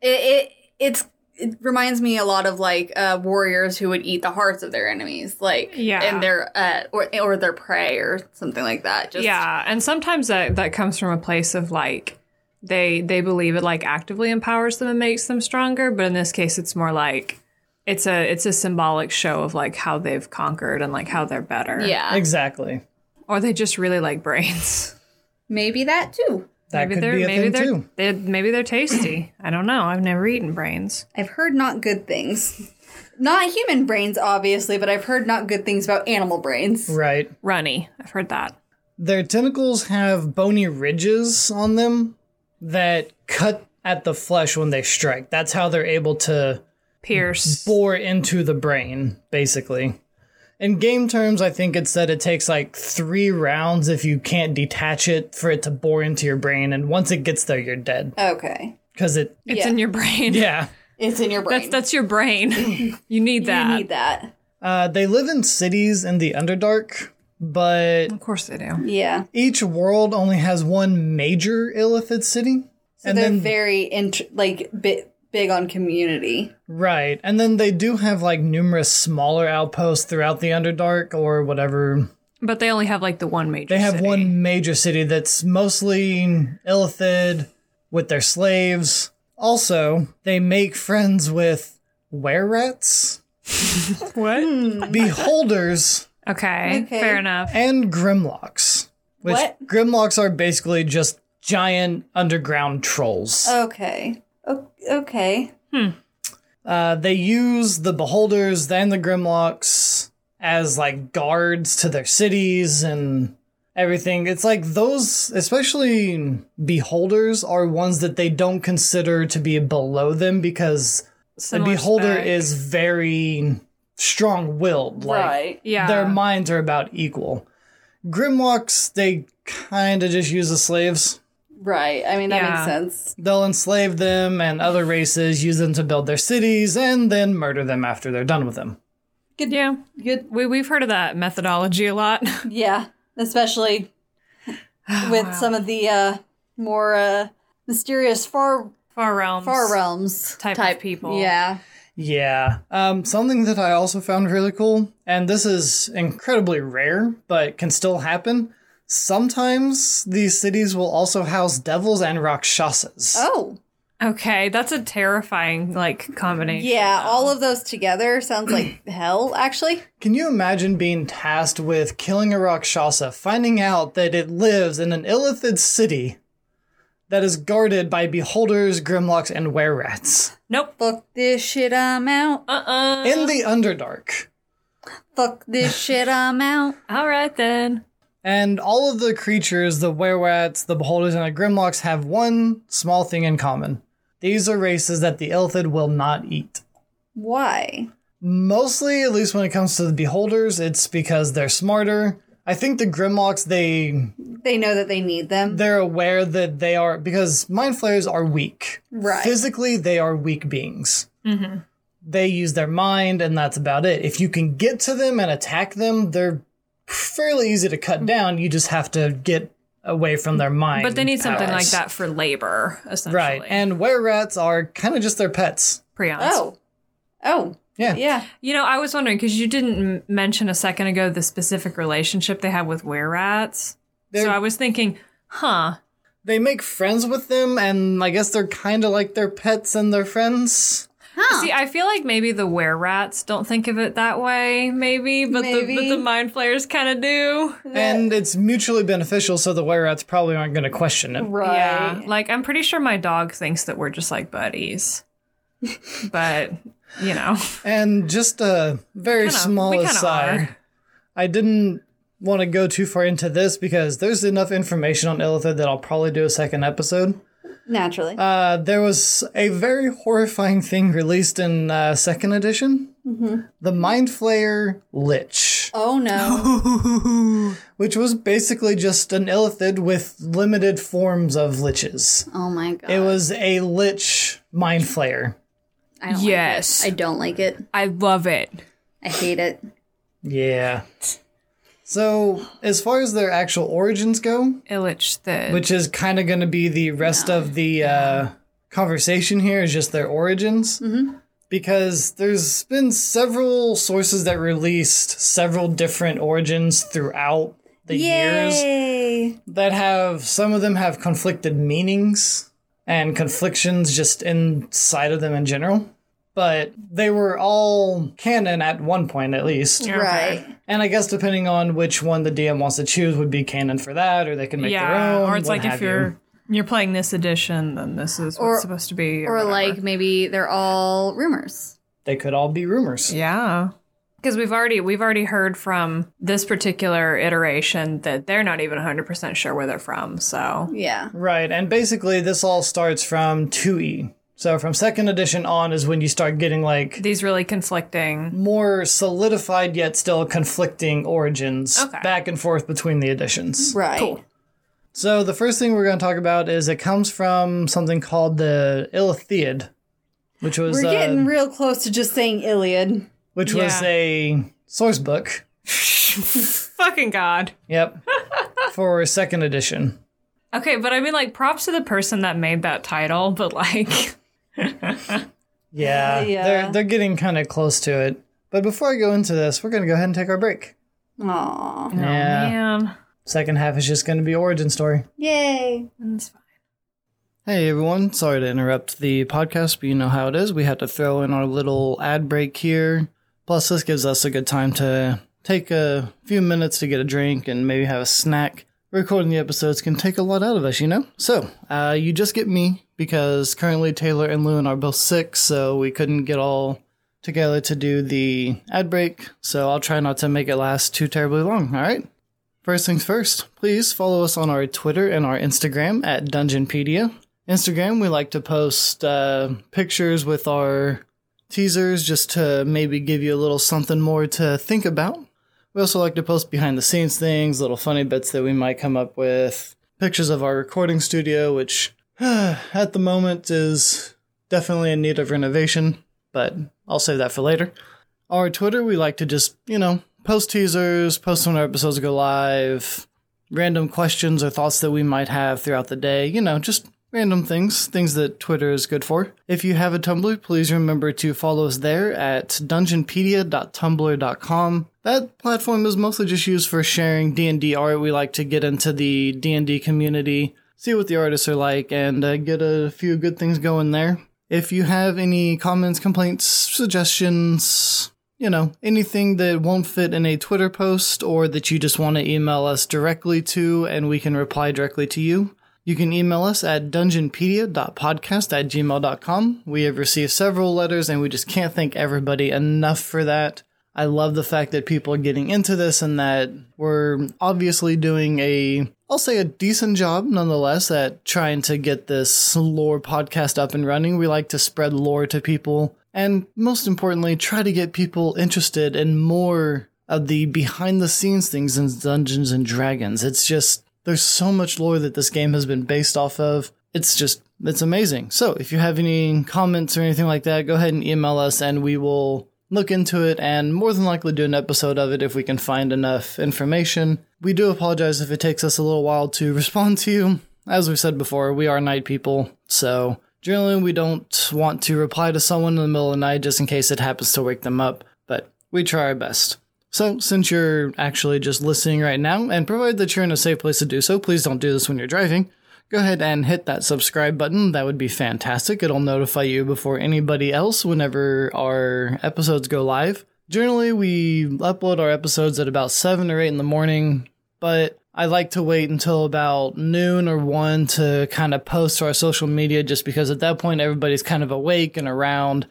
C: It, it it's it reminds me a lot of like uh, warriors who would eat the hearts of their enemies, like
B: Yeah.
C: and their uh, or or their prey or something like that. Just,
B: yeah, and sometimes that that comes from a place of like they they believe it like actively empowers them and makes them stronger, but in this case it's more like it's a it's a symbolic show of like how they've conquered and like how they're better.
C: yeah,
D: exactly.
B: Or they just really like brains.
C: maybe that too.
D: That
B: maybe
D: could
B: they're
D: be a
B: maybe
D: thing
B: they're
D: too.
B: They, maybe they're tasty. I don't know. I've never eaten brains.
C: I've heard not good things. Not human brains, obviously, but I've heard not good things about animal brains.
D: Right.
B: Runny. I've heard that.
D: Their tentacles have bony ridges on them that cut at the flesh when they strike. That's how they're able to
B: Pierce.
D: bore into the brain, basically. In game terms, I think it said it takes like three rounds if you can't detach it for it to bore into your brain, and once it gets there, you're dead.
C: Okay.
D: Because it,
B: It's
C: yeah.
B: in your brain.
D: yeah.
C: It's in your brain.
B: That's that's your brain. you need that.
C: You need that.
D: Uh, they live in cities in the Underdark, but
B: Of course they do.
C: Yeah.
D: each world only has one major Illithid city.
C: So they're very int- like bi- big on community.
D: Right. And then they do have like numerous smaller outposts throughout the Underdark or whatever.
B: But they only have like the one major.
D: They have
B: city.
D: one major city that's mostly Illithid with their slaves. Also, they make friends with were rats,
B: What?
D: beholders,
B: Okay,
C: Okay.
B: fair enough.
D: and grimlocks. Which
C: What?
D: grimlocks are basically just giant underground trolls.
C: Oh, Okay. O- okay.
D: Uh, they use the beholders and the grimlocks as like guards to their cities and everything it's like those especially beholders are ones that they don't consider to be below them because
B: Similar
D: the beholder
B: spec.
D: is very strong-willed like
C: right.
B: yeah.
D: their minds are about equal grimlocks they kind of just use as slaves
C: Right. I mean, that
B: Yeah.
C: makes sense.
D: They'll enslave them and other races, use them to build their cities, and then murder them after they're done with them.
B: yeah.
C: Good.
B: We we've heard of that methodology a lot.
C: Yeah. Especially
B: Oh,
E: with some of the uh, more uh, mysterious far
B: Far realms.
E: far realms.
B: Type,
C: type
B: of people.
C: Yeah.
D: Yeah. Um, something that I also found really cool, and this is incredibly rare, but can still happen. Sometimes these cities will also house devils and rakshasas.
E: Oh,
B: Okay, that's a terrifying like combination.
E: yeah, all of those together sounds like hell. Actually,
D: Can you imagine being tasked with killing a rakshasa, finding out that it lives in an illithid city that is guarded by beholders, grimlocks, and were rats
B: Nope.
E: fuck this shit, I'm out.
B: Uh uh
D: in the Underdark?
E: Fuck this shit, I'm out.
B: All right then.
D: And all of the creatures, the werewats, the beholders, and the grimlocks have one small thing in common. These are races that the Illithid will not eat.
E: Why?
D: Mostly, at least when it comes to the beholders, it's because they're smarter. I think the Grimlocks, they
E: They know that they need them.
D: they're aware that they are because mind flayers are weak.
E: Right.
D: Physically, they are weak beings.
B: Mm-hmm.
D: They use their mind, and that's about it. If you can get to them and attack them, they're fairly easy to cut down. You just have to get away from their mind.
B: Mm-hmm. But they need something like
D: powers.
B: that for labor, essentially.
D: right? And were rats are kind of just their pets.
B: prions.
E: oh, oh,
D: Yeah.
E: yeah.
B: You know, I was wondering because you didn't m- mention a second ago the specific relationship they have with were rats.
D: They're-
B: So I was thinking, huh?
D: They make friends with them, and I guess they're kind of like their pets and their friends.
B: See, I feel like maybe the were rats don't think of it that way, maybe, but the
E: Maybe.
B: but the mind flayers kind of do.
D: And it's mutually beneficial, so the were rats probably aren't going to question it.
E: Right.
B: Yeah, like I'm pretty sure my dog thinks that we're just like buddies, but you know,
D: And just a very
B: Kinda-
D: small
B: we kinda
D: aside,
B: are.
D: I didn't want to go too far into this because there's enough information on Illithid that I'll probably do a second episode.
E: Naturally.
D: Uh, there was a very horrifying thing released in uh, second edition
B: Mm-hmm.
D: the Mind Flayer Lich,
E: oh no.
D: which was basically just an Illithid with limited forms of liches.
E: oh my god.
D: It was a Lich Mind Flayer.
E: I don't
B: Yes.
E: Like it. I don't like it.
B: I love it.
E: I hate it.
D: Yeah. So, as far as their actual origins go,
B: Illich the
D: which is kind of going to be the rest of the uh, conversation here is just their origins
B: Mm-hmm.
D: because there's been several sources that released several different origins throughout the years
E: Yay.
D: that have some of them have conflicted meanings and conflictions just inside of them in general but they were all canon at one point at least
E: Right.
D: and i guess depending on which one the dm wants to choose would be canon for that or they can make
B: yeah,
D: their own
B: or it's
D: what
B: like if
D: have you.
B: you're you. are playing this edition, then this is what's
E: Or-
B: supposed to be,
E: Or
B: whatever.
E: like maybe they're all rumors.
D: they could all be rumors.
B: yeah. Because we've already we've already heard from this particular iteration that they're not even 100 percent sure where they're from. So
E: Yeah.
D: Right, and basically this all starts from 2e. So from second edition on is when you start getting like
B: these really conflicting.
D: more solidified yet still conflicting origins
B: Okay.
D: back and forth between the editions.
E: Right.
B: Cool.
D: So the first thing we're going to talk about is it comes from something called the Illithiad, which was
E: We're
D: uh,
E: getting real close to just saying Iliad.
D: which was
B: Yeah.
D: a source book.
B: Fucking god.
D: Yep. for second edition.
B: Okay, but I mean, like, props to the person that made that title, but like,
D: Yeah,
E: Yeah.
D: They're they're getting kind of close to it. But before I go into this, we're going to go ahead and take our break.
E: Aww.
D: yeah.
B: man,
D: Second half is just going to be origin story.
E: Yay.
B: it's fine.
D: Hey everyone, sorry to interrupt the podcast, but you know how it is. We had to throw in our little ad break here. Plus, this gives us a good time to take a few minutes to get a drink and maybe have a snack. Recording the episodes can take a lot out of us, you know? So, uh, you just get me because currently Taylor and Lewin are both sick, so we couldn't get all together to do the ad break. So, I'll try not to make it last too terribly long, alright? First things first, please follow us on our Twitter and our Instagram at Dungeonpedia. Instagram, we like to post uh, pictures with our teasers just to maybe give you a little something more to think about. We also like to post behind the scenes things, little funny bits that we might come up with, pictures of our recording studio, which at the moment is definitely in need of renovation, but I'll save that for later our Twitter, we like to just, you know, post teasers, post when our episodes go live, random questions or thoughts that we might have throughout the day. You know, just random things, things that Twitter is good for. If you have a Tumblr, please remember to follow us there at dungeonpedia.tumblr.com. That platform is mostly just used for sharing D&D art. We like to get into the D&D community, see what the artists are like, and uh, get a few good things going there. If you have any comments, complaints, suggestions, you know, anything that won't fit in a Twitter post or that you just want to email us directly to and we can reply directly to you, you can email us at dungeonpedia.podcast at gmail.com. We have received several letters and we just can't thank everybody enough for that. I love the fact that people are getting into this and that we're obviously doing a, I'll say a decent job nonetheless at trying to get this lore podcast up and running. We like to spread lore to people and most importantly, try to get people interested in more of the behind the scenes things in Dungeons and Dragons. It's just, there's so much lore that this game has been based off of. It's just, it's amazing. So if you have any comments or anything like that, go ahead and email us and we will look into it and more than likely do an episode of it if we can find enough information. We do apologize if it takes us a little while to respond to you. As we said before, we are night people, so generally we don't want to reply to someone in the middle of the night just in case it happens to wake them up, but we try our best. So, since you're actually just listening right now, and provided that you're in a safe place to do so, please don't do this when you're driving. Go ahead and hit that subscribe button. That would be fantastic. It'll notify you before anybody else whenever our episodes go live. Generally, we upload our episodes at about 7 or 8 in the morning, but I like to wait until about noon or 1 to kind of post to our social media just because at that point everybody's kind of awake and around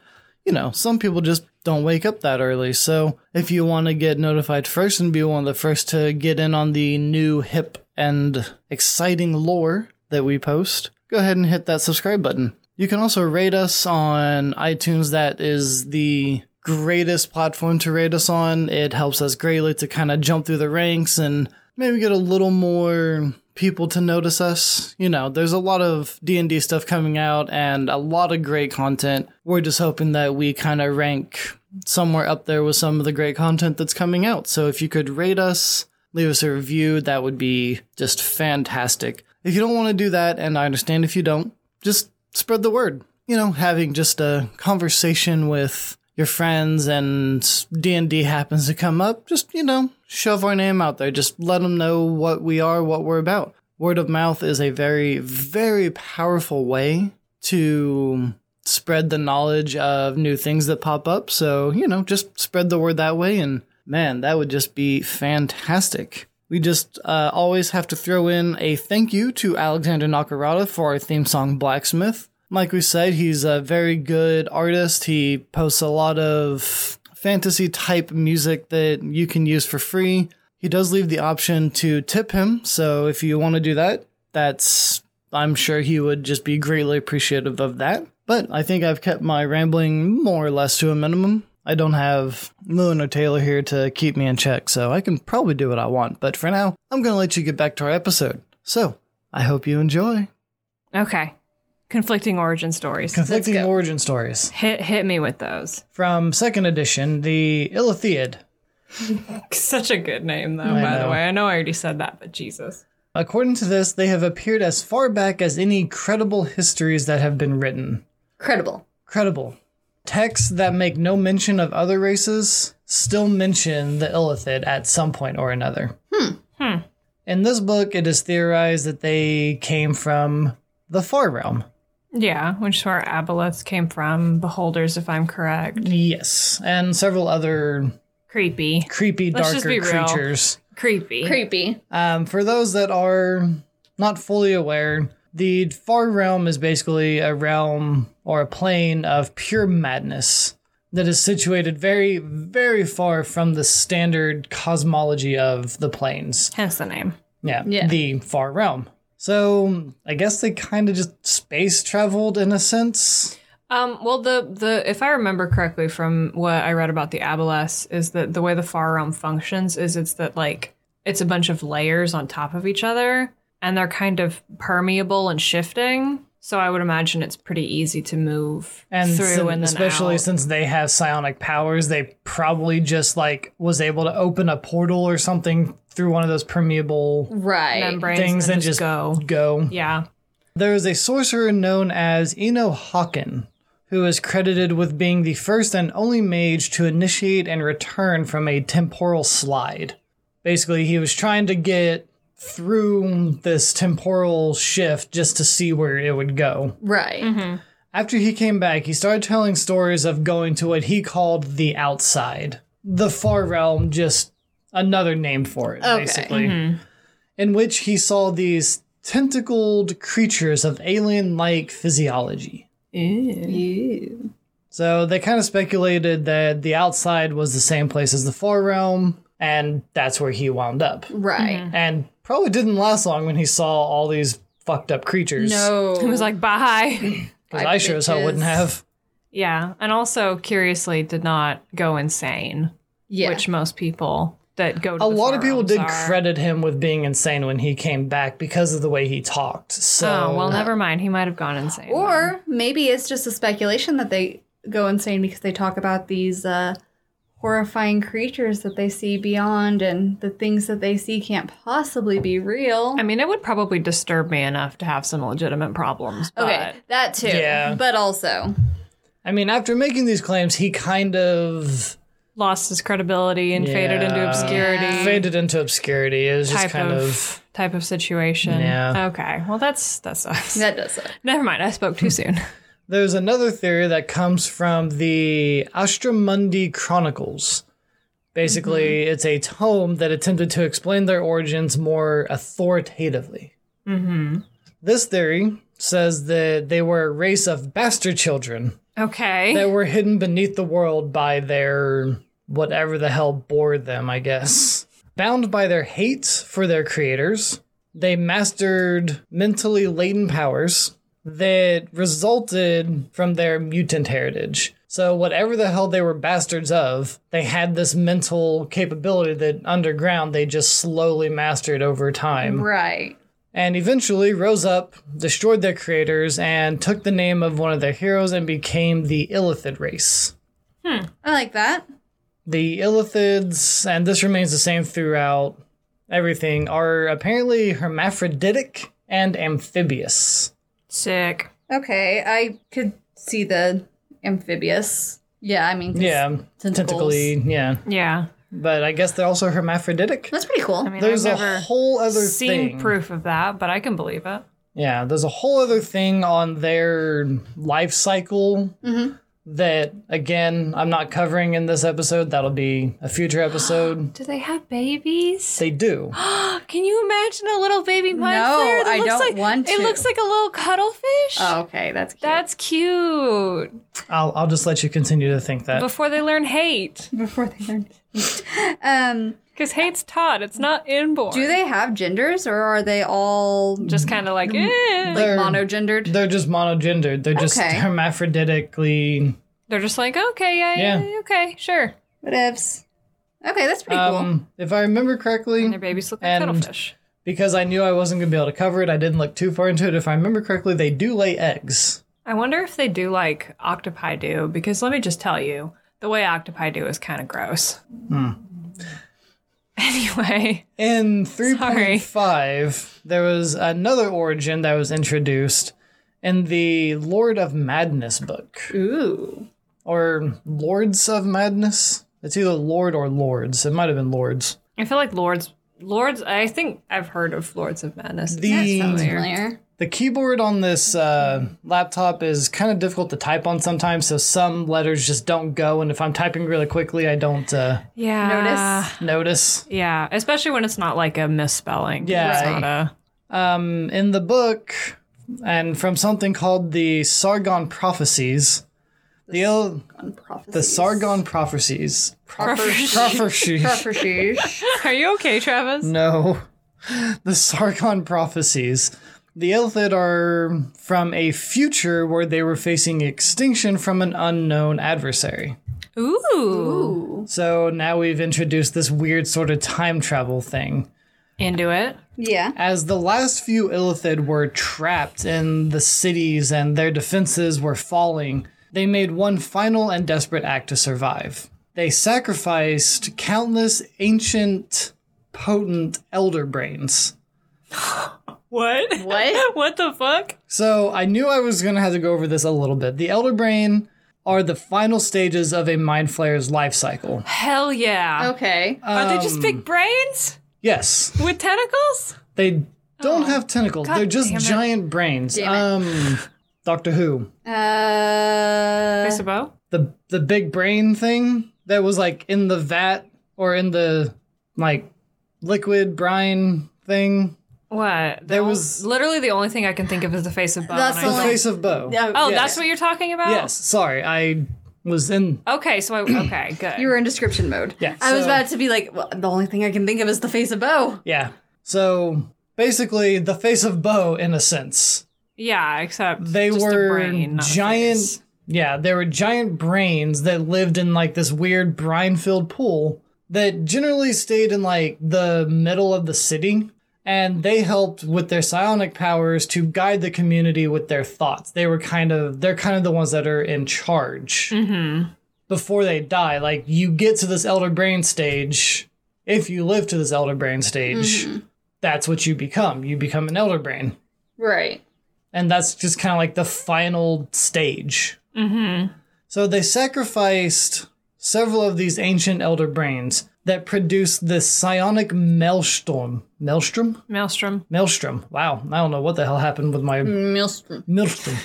D: you know, some people just don't wake up that early. So if you want to get notified first and be one of the first to get in on the new hip and exciting lore that we post, go ahead and hit that subscribe button. You can also rate us on iTunes. That is the greatest platform to rate us on. It helps us greatly to kind of jump through the ranks and maybe get a little more people to notice us. You know, there's a lot of D&D stuff coming out and a lot of great content. We're just hoping that we kind of rank somewhere up there with some of the great content that's coming out. So if you could rate us, leave us a review, that would be just fantastic. If you don't want to do that and I understand if you don't, just spread the word. You know, having just a conversation with your friends and D&D happens to come up, just, you know, shove our name out there. Just let them know what we are, what we're about. Word of mouth is a very, very powerful way to spread the knowledge of new things that pop up. So, you know, just spread the word that way. And man, that would just be fantastic. We just uh, always have to throw in a thank you to Alexander Nakarada for our theme song Blacksmith. Like we said, he's a very good artist. He posts a lot of fantasy type music that you can use for free. He does leave the option to tip him, so if you want to do that, that's I'm sure he would just be greatly appreciative of that. But I think I've kept my rambling more or less to a minimum. I don't have Moon or Taylor here to keep me in check, so I can probably do what I want. But for now, I'm going to let you get back to our episode. So I hope you enjoy
B: Okay. Conflicting origin stories.
D: conflicting origin stories
B: Hit hit me with those.
D: from second edition, the Ilithiad.
B: Such a good name though,
D: I
B: by the
D: know.
B: way. I know I already said that, but Jesus.
D: According to this, they have appeared as far back as any credible histories that have been written.
C: Credible.
D: Credible. Texts that make no mention of other races still mention the Illithid at some point or another. Hmm. In this book, it is theorized that they came from the Far Realm.
B: Yeah, which is where Aboleth came from, beholders if I'm correct.
D: Yes, and several other
B: Creepy.
D: creepy,
B: Let's just
D: darker
B: be real.
D: creatures.
B: Creepy.
C: Creepy.
D: Um, for those that are not fully aware, the Far Realm is basically a realm or a plane of pure madness that is situated very, very far from the standard cosmology of the planes.
B: Hence the name.
D: Yeah,
C: Yeah.
D: the Far Realm. So I guess they kind of just space traveled in a sense.
B: Um, well, the the if I remember correctly from what I read about the Aboleth is that the way the far realm functions is it's that like it's a bunch of layers on top of each other and they're kind of permeable and shifting. So I would imagine it's pretty easy to move
D: and
B: through
D: sin-
B: and then
D: especially
B: out.
D: since they have psionic powers they probably just like was able to open a portal or something through one of those permeable
C: Right.
B: membranes
D: things
B: and
D: and
B: then just go.
D: go
B: Yeah.
D: there is a sorcerer known as eno hawken who is credited with being the first and only mage to initiate and return from a temporal slide basically he was trying to get through this temporal shift just to see where it would go
C: Right.
D: Mm-hmm. after he came back, he started telling stories of going to what he called the outside, the far realm, just another name for it,
C: Okay.
D: basically, in which he saw these tentacled creatures of alien like physiology. So they kind of speculated that the outside was the same place as the far realm, and that's where he wound up.
C: Right.
D: And probably didn't last long when he saw all these fucked up creatures.
C: No.
B: It was like bye.
D: 'Cause I sure as hell wouldn't
C: Bitches.
D: have.
B: yeah, and also curiously did not go insane,
C: yeah.
B: which most people that go to
D: a
B: the
D: lot of people
B: forums
D: did
B: are.
D: credit him with being insane when he came back because of the way he talked. So
B: Oh well, never mind. He might have gone insane.
C: Or maybe it's just a speculation that they go insane because they talk about these uh, horrifying creatures that they see beyond, and the things that they see can't possibly be real.
B: I mean, it would probably disturb me enough to have some legitimate problems. But
C: okay, that too.
D: Yeah.
C: But also,
D: I mean, after making these claims, he kind of
B: lost his credibility and faded into
D: Yeah.
B: obscurity.
D: faded into obscurity. It was just
B: Type
D: kind
B: of,
D: of,
B: type of situation.
D: Yeah.
B: Okay. Well, that's that sucks.
C: that does suck.
B: Never mind. I spoke too soon.
D: There's another theory that comes from the Astromundi Chronicles. Basically,
B: Mm-hmm.
D: it's a tome that attempted to explain their origins more authoritatively.
B: mm-hmm.
D: This theory says that they were a race of bastard children
B: Okay.
D: that were hidden beneath the world by their whatever the hell bore them, I guess. Bound by their hate for their creators, they mastered mentally laden powers that resulted from their mutant heritage. So, whatever the hell they were bastards of, they had this mental capability that underground they just slowly mastered over time
C: Right.
D: and eventually rose up, destroyed their creators, and took the name of one of their heroes and became the Illithid race.
C: I like that.
D: The Illithids, and this remains the same throughout everything, are apparently hermaphroditic and amphibious.
B: Sick.
C: Okay, I could see the amphibious. Yeah, I mean, 'cause
D: Yeah,
C: tentacles.
D: tentacly, yeah.
B: Yeah.
D: But I guess they're also hermaphroditic.
C: That's pretty cool.
B: I mean,
D: There's
B: I've
D: a
B: never
D: whole other
B: seen
D: thing.
B: proof of that, but I can believe it.
D: Yeah, there's a whole other thing on their life cycle
C: Mm-hmm.
D: that, again, I'm not covering in this episode. That'll be a future episode.
B: Do they have babies?
D: they do.
B: Uh, Can you imagine a little baby pine
C: No,
B: flare?
C: I don't
B: like,
C: want
B: It
C: to.
B: looks like a little cuttlefish.
C: Oh, okay, that's cute.
B: That's cute.
D: I'll, I'll just let you continue to think that.
B: Before they learn hate,
C: before they learn. um,
B: because hate's taught. It's not inborn.
C: do they have genders, or are they all
B: Just kind of like, eh.
D: They're-
C: Mm. like monogendered?
D: They're just monogendered. They're just
C: Okay.
D: hermaphroditically.
B: They're just like, okay, yeah, yeah,
D: Yeah.
B: yeah, okay, sure.
C: Whatevs. Okay, that's pretty cool.
D: Um, if I remember
B: And their
D: correctly,
B: babies look like
D: And-
B: cuttlefish.
D: because I knew I wasn't going to be able to cover it, I didn't look too far into it. If I remember correctly, they do lay eggs.
B: I wonder if they do like octopi do, because let me just tell you, the way octopi do is kind of gross.
D: Hmm.
B: Anyway,
D: In
B: Sorry.
D: 3.5, there was another origin that was introduced in the Lord of Madness book,
C: Ooh.
D: or Lords of Madness. It's either Lord or Lords. It might have been Lords.
B: I feel like lords, lords. I think I've heard of lords of madness.
D: The
C: Familiar.
D: the keyboard on this uh, laptop is kind of difficult to type on sometimes, so some letters just don't go. And if I'm typing really quickly, I don't uh,
B: yeah,
C: Notice.
D: notice.
B: Yeah, especially when it's not like a misspelling.
D: Yeah.
B: it's not a.
D: Um, in the book, and from something called the Sargon Prophecies, the Il-
C: On prophecies.
D: the Sargon Prophecies. Prophecies.
C: Prophecies.
B: Are you okay, Travis?
D: No. The Sargon prophecies. The Illithid are from a future where they were facing extinction from an unknown adversary.
B: Ooh.
C: Ooh.
D: So now we've introduced this weird sort of time travel thing.
B: into it.
E: Yeah.
D: As the last few Illithid were trapped in the cities and their defenses were falling, they made one final and desperate act to survive. They sacrificed countless ancient, potent elder brains.
B: What?
C: What?
B: what the fuck?
D: So I knew I was going to have to go over this a little bit. The elder brain are the final stages of a mind flayer's life cycle.
B: Hell yeah.
C: Okay.
B: Are they just
D: um,
B: big brains
D: Yes,
B: with tentacles?
D: they don't have tentacles.
B: Oh, God
D: They're just
B: damn it.
D: giant brains.
C: Damn it.
D: Um, Doctor Who.
B: I
C: Uh,
B: suppose.
D: the the big brain thing that was like in the vat or in the like liquid brine thing.
B: What? The
D: There
B: on-
D: was-
B: literally the only thing I can think of is the face of Bo.
E: That's
B: and
E: the
B: I-
D: The
E: Like-
D: face of Bo.
B: oh,
E: yeah.
B: that's what you're talking about.
D: Yes. Sorry, I was in.
B: Okay, so I okay, good.
C: you were in description mode.
D: Yeah.
E: I was
D: so-
E: about to be like, well, the only thing I can think of is the face of Bo.
D: Yeah. So basically, the face of Bo, in a sense,
B: yeah, except
D: they
B: just a
D: were
B: brain, not a face.
D: giant. Yeah, they were giant brains that lived in like this weird brine-filled pool that generally stayed in like the middle of the city. and they helped with their psionic powers to guide the community with their thoughts. They were kind of they're kind of the ones that are in charge
B: Mm-hmm.
D: before they die. Like you get to this elder brain stage, if you live to this elder brain stage,
B: Mm-hmm.
D: that's what you become. You become an elder brain,
C: Right.
D: and that's just kind of like the final stage. Mm-hmm. So they sacrificed several of these ancient elder brains that produced this psionic maelstrom. Maelstrom.
B: Maelstrom.
D: Maelstrom. Wow, I don't know what the hell happened with
C: Mm.
D: my
C: Maelstrom.
D: maelstrom.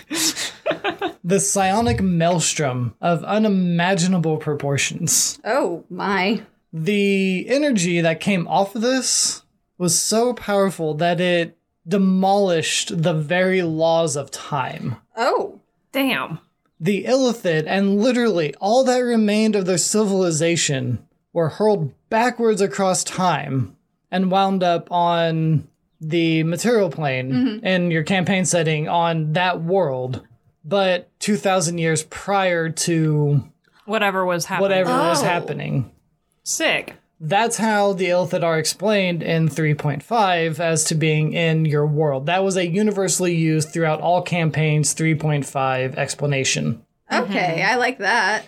D: the psionic maelstrom of unimaginable proportions.
C: Oh my.
D: The energy that came off of this was so powerful that it demolished the very laws of time.
C: Oh.
B: Damn.
D: The Illithid and literally all that remained of their civilization were hurled backwards across time and wound up on the material plane in your campaign setting on that world, but 2,000 years prior to
B: Whatever was happening.
D: whatever was
C: Oh.
D: happening.
B: Sick.
D: That's how the Illithid are explained in 3.5 as to being in your world. That was a universally used throughout all campaigns 3.5 explanation.
C: Okay.
E: Mm-hmm.
C: I like that.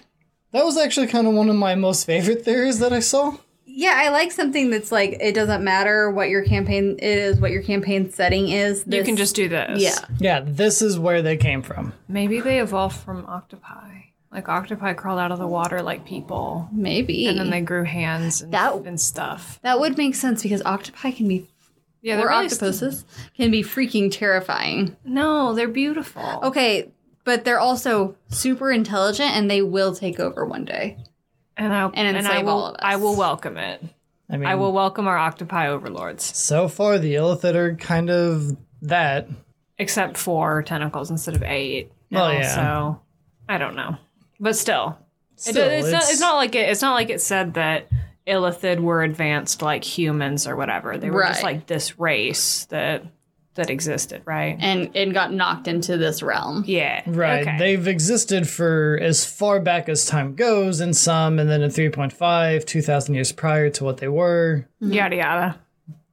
D: That was actually kind of one of my most favorite theories that I saw.
C: Yeah, I like something that's like it doesn't matter what your campaign is, what your campaign setting is.
B: You
C: this-
B: can just do this.
C: yeah.
D: Yeah, this is where they came from.
B: Maybe they evolved from octopi. Like octopi crawled out of the water like people,
C: Maybe.
B: and then they grew hands and,
C: That-
B: and stuff.
C: that would make sense because octopi can be
B: Yeah,
C: or
B: really
C: octopuses can be freaking terrifying.
B: st- no, they're beautiful.
C: Okay, but they're also super intelligent and they will take over one day.
B: and I
C: and
B: I
C: enslave
B: will,
C: all of us. Mm.
B: I will welcome it.
D: I mean,
B: I will welcome our octopi overlords,
D: so far the Illithid are kind of that.
B: except for tentacles instead of eight. And
D: Well, yeah.
B: also- I don't know, but still, It
D: Still,
B: do- it's, not, it's not like it, it's not like it said that Illithid were advanced like humans or whatever. They were just
C: Right.
B: like this race that that existed, right?
C: And and got knocked into this realm.
B: Yeah,
D: Right,
B: Okay.
D: they've existed for as far back as time goes, in some, and then in 3.5, 2,000 years prior to what they were,
B: yada yada.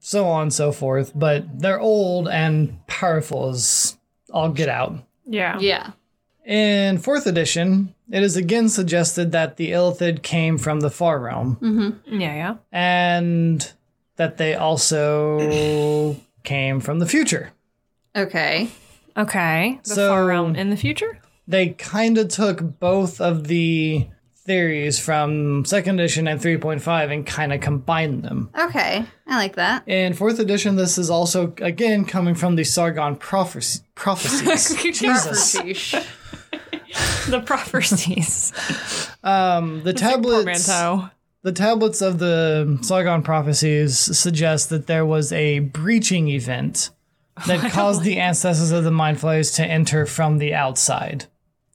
D: so on and so forth. But they're old and powerful as all get out.
B: Yeah.
C: Yeah.
D: In fourth edition, it is again suggested that the Illithid came from the Far Realm.
B: yeah, yeah.
D: and that they also came from the future.
C: Okay.
B: Okay, the
D: So-
B: far realm in the future.
D: They kind of took both of the theories from second edition and 3.5 and kind of combined them.
C: Okay. I like that.
D: In fourth edition, this is also again coming from the Sargon prophecy- prophecies. Jesus.
B: the prophecies.
D: Um, the tablets.
B: Portmanteau.
D: the tablets of the Sargon prophecies suggest that there was a breaching event that caused the ancestors of the mind flayers to enter from the outside.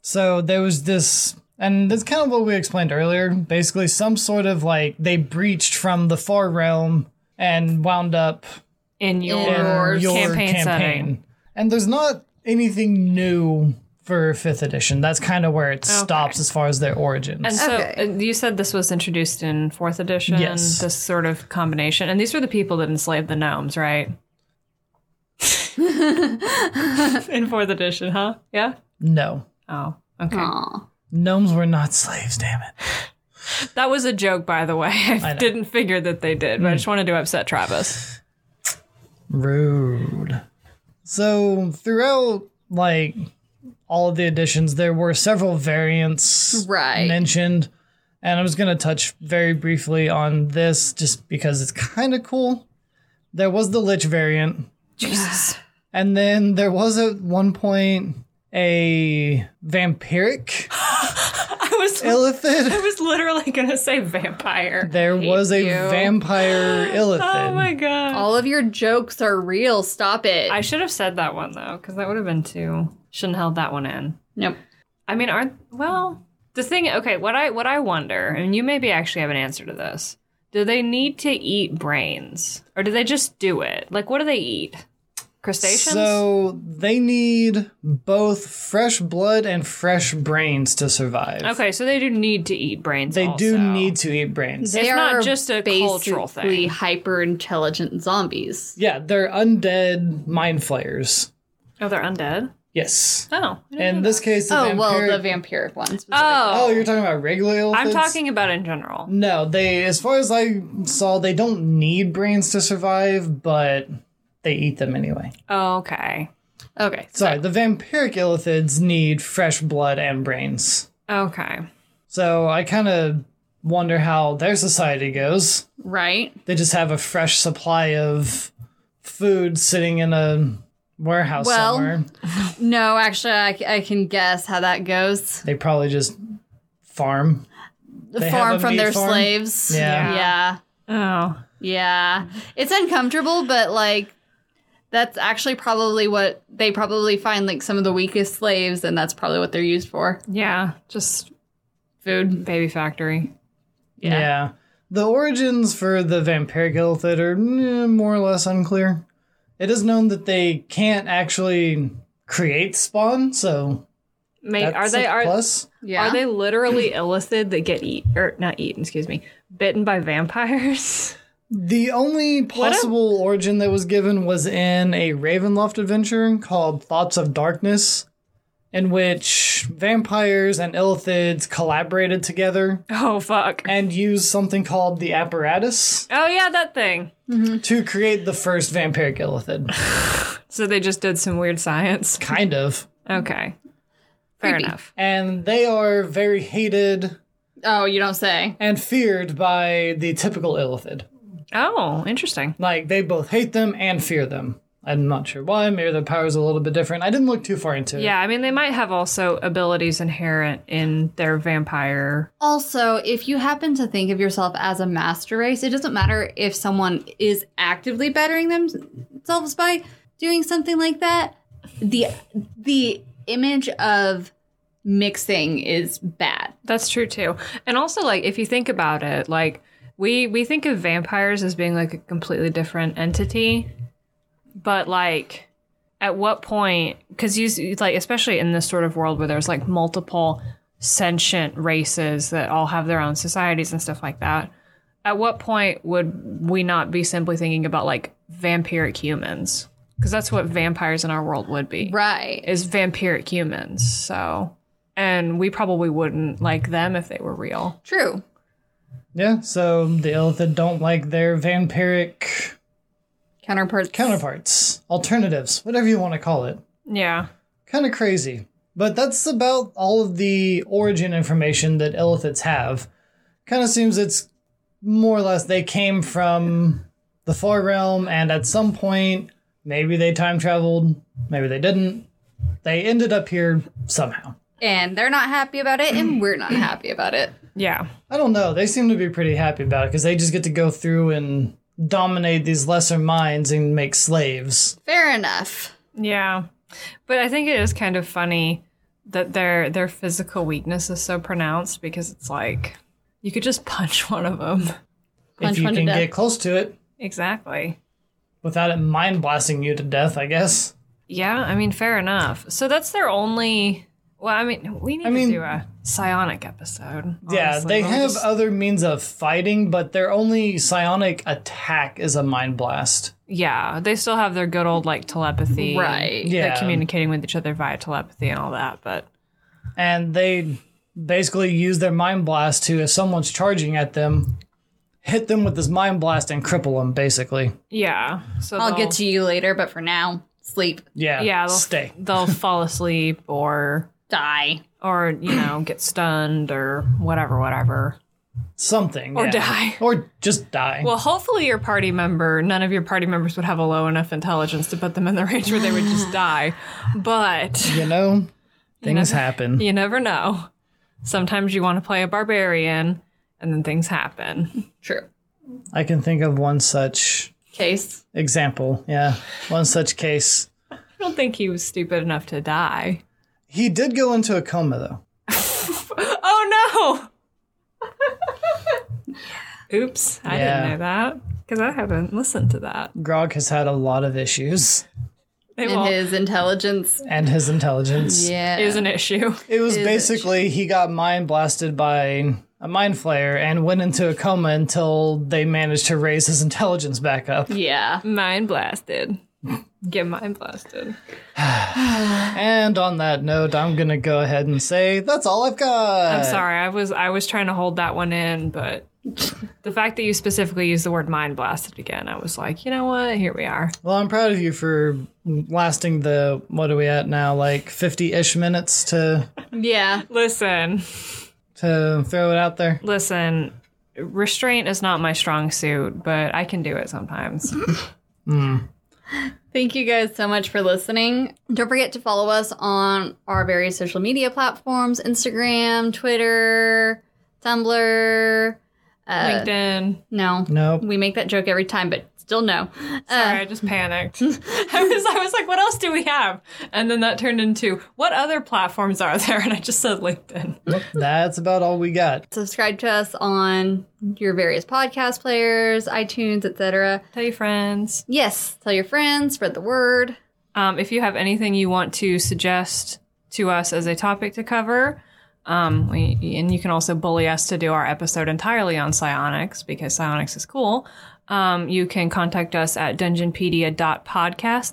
D: So there was this, and that's kind of what we explained earlier. Basically, some sort of like they breached from the far realm and wound up
B: in your,
D: in
C: Or
D: your
B: campaign,
D: campaign.
B: setting.
D: And there's not anything new for fifth edition. That's kind of where it stops as far as their origins.
B: And so
C: Okay.
B: uh, you said this was introduced in fourth edition.
D: Yes.
B: This sort of combination, and these were the people that enslaved the gnomes, right? in fourth edition, huh? Yeah.
D: no,
B: Oh, okay.
C: Aw.
D: gnomes were not slaves. Damn it.
B: That was a joke, by the way. I,
D: know.
B: didn't figure that they did, but I just wanted to upset Travis.
D: Rude. So throughout like all of the editions, there were several variants
C: Right.
D: mentioned, and I'm just gonna touch very briefly on this just because it's kind of cool. There was the Lich variant,
B: Jesus.
D: and then there was at one point a vampiric
B: I was I
D: illithid.
B: was literally gonna say vampire.
D: There was a
C: you.
D: vampire illithid.
B: Oh my god.
C: All of your jokes are real. Stop it.
B: I should have said that one though, because that would have been too. Shouldn't held that one in.
C: nope.
B: I mean, aren't well the thing? Okay, what I what I wonder, and you maybe actually have an answer to this. Do they need to eat brains, or do they just do it? Like, what do they eat? Crustaceans.
D: So they need both fresh blood and fresh brains to survive.
B: okay, so they do need to eat brains.
D: They do
B: also.
D: need to eat brains.
B: It's
C: They
B: not
C: are
B: just a cultural thing.
C: basically Hyper intelligent zombies.
D: yeah, they're undead mind flayers.
B: Oh, they're undead.
D: Yes.
B: Oh. I didn't
D: In
B: know
D: this case, the
C: Oh
D: vampiric-
C: well, the vampiric ones.
B: that. Oh.
D: Oh, you're talking about regular elephants?
B: I'm talking about in general.
D: No, they. As far as I saw, they don't need brains to survive, but they eat them anyway.
B: Okay.
C: Okay.
D: Sorry, the vampiric illithids need fresh blood and brains.
B: Okay.
D: So I kind of wonder how their society goes.
C: Right.
D: they just have a fresh supply of food sitting in a warehouse
C: Well-
D: somewhere.
C: No, actually, I, c- I can guess how that goes.
D: They probably just farm.
C: The
D: They have
C: farm
D: a
C: from
D: meat
C: their
D: farm?
C: slaves.
D: Yeah.
C: Yeah.
B: Oh.
C: Yeah. It's uncomfortable, but like that's actually probably what they probably find like some of the weakest slaves and that's probably what they're used for.
B: Yeah. Just
C: Food.
B: baby factory.
D: Yeah. The origins for the vampiric illithid are eh, more or less unclear. It is known that they can't actually create spawn, so
B: May,
D: that's
B: are they
D: a
B: are
D: plus.
C: Yeah.
B: Are they literally illithid that get eat or not eaten, excuse me, bitten by vampires?
D: The only
B: a-
D: possible origin that was given was in a Ravenloft adventure called Thoughts of Darkness, in which vampires and illithids collaborated together
B: Oh fuck.
D: and used something called the apparatus
B: Oh yeah, that thing.
D: to create the first vampiric illithid.
B: So they just did some weird science.
D: Kind of.
B: Okay. Fair
C: Creepy.
B: enough.
D: And they are very hated
C: oh, you don't say.
D: and feared by the typical illithid.
B: Oh, interesting.
D: Like, they both hate them and fear them. I'm not sure why. Maybe their power's a little bit different. I didn't look too far into it.
B: Yeah, I mean they might have also abilities inherent in their vampire.
C: Also, if you happen to think of yourself as a master race, it doesn't matter if someone is actively bettering themselves by doing something like that. The the image of mixing is bad.
B: That's true too. And also like if you think about it, like we we think of vampires as being like a completely different entity, but like at what point cuz you s- like especially in this sort of world where there's like multiple sentient races that all have their own societies and stuff like that. At what point would we not be simply thinking about like vampiric humans? Cuz that's what vampires in our world would be
C: Right.
B: is vampiric humans. So, and we probably wouldn't like them if they were real.
C: True.
D: Yeah, so the Illithid don't like their vampiric
C: Counterparts.
D: counterparts, alternatives, whatever you want to call it.
B: Yeah.
D: Kind of crazy. But that's about all of the origin information that Illithids have. Kind of seems it's more or less they came from the Far Realm, and at some point, maybe they time traveled, maybe they didn't. They ended up here somehow.
C: and they're not happy about it, and we're not happy about it.
B: Yeah.
D: I don't know. They seem to be pretty happy about it because they just get to go through and dominate these lesser minds and make slaves.
C: Fair enough.
B: Yeah. But I think it is kind of funny that their their physical weakness is so pronounced because it's like you could just punch one of them.
C: Punch
D: if you
C: one to
D: can
C: death.
D: get close to it
B: Exactly.
D: without it mind blasting you to death, I guess.
B: Yeah, I mean fair enough. So that's their only Well, I mean, we need
D: I mean-
B: to do a psionic episode.
D: Yeah,
B: honestly.
D: they
B: Let me
D: have
B: just-
D: other means of fighting, but their only psionic attack is a mind blast.
B: yeah, they still have their good old like telepathy,
C: Right.
B: Yeah,
D: Yeah.
B: communicating with each other via telepathy and all that. But
D: And they basically use their mind blast to, if someone's charging at them, hit them with this mind blast and cripple them, basically.
B: yeah, so
C: I'll get to you later, but for now, sleep,
D: Yeah.
B: yeah. They'll,
D: Stay.
B: They'll fall asleep or
C: die.
B: or you know get stunned or whatever, whatever.
D: Something.
B: Or
D: yeah.
B: die.
D: Or just die.
B: Well, hopefully your party member, none of your party members would have a low enough intelligence to put them in the range where they would just die. But
D: you know, things happen.
B: you never know. Sometimes you want to play a barbarian and then things happen.
C: True.
D: I can think of one such
C: Case.
D: example. Yeah. One such case.
B: I don't think he was stupid enough to die.
D: He did go into a coma, though.
B: Oh no! Oops, I
D: Yeah.
B: didn't know that because I haven't listened to that.
D: Grog has had a lot of issues
B: It
C: And his intelligence.
D: and his intelligence.
C: Yeah.
B: is an issue.
D: It was
C: Is it-
D: basically he got mind blasted by a mind flayer and went into a coma until they managed to raise his intelligence back up.
C: yeah.
B: Mind blasted. Get mind blasted.
D: And on that note, I'm gonna go ahead and say that's all I've got.
B: I'm sorry. I was I was trying to hold that one in, but the fact that you specifically used the word mind blasted again, I was like, you know what? Here we are.
D: Well, I'm proud of you for lasting the what are we at now? Like 50-ish minutes to
C: Yeah.
B: Listen,
D: to throw it out there.
B: listen. Restraint is not my strong suit, but I can do it sometimes.
C: Thank you guys so much for listening. Don't forget to follow us on our various social media platforms Instagram, Twitter, Tumblr. Uh,
B: LinkedIn.
C: no.
D: Nope.
C: We make that joke every time, but still no.
B: Sorry,
C: Uh.
B: I just panicked. I was I was like, what else do we have? And then that turned into what other platforms are there? And I just said LinkedIn.
D: That's about all we got.
C: Subscribe to us on your various podcast players, iTunes, etc.
B: Tell your friends.
C: Yes, tell your friends, spread the word.
B: Um, if you have anything you want to suggest to us as a topic to cover, um, we, and you can also bully us to do our episode entirely on psionics because psionics is cool, um, you can contact us at dungeonpedia.podcast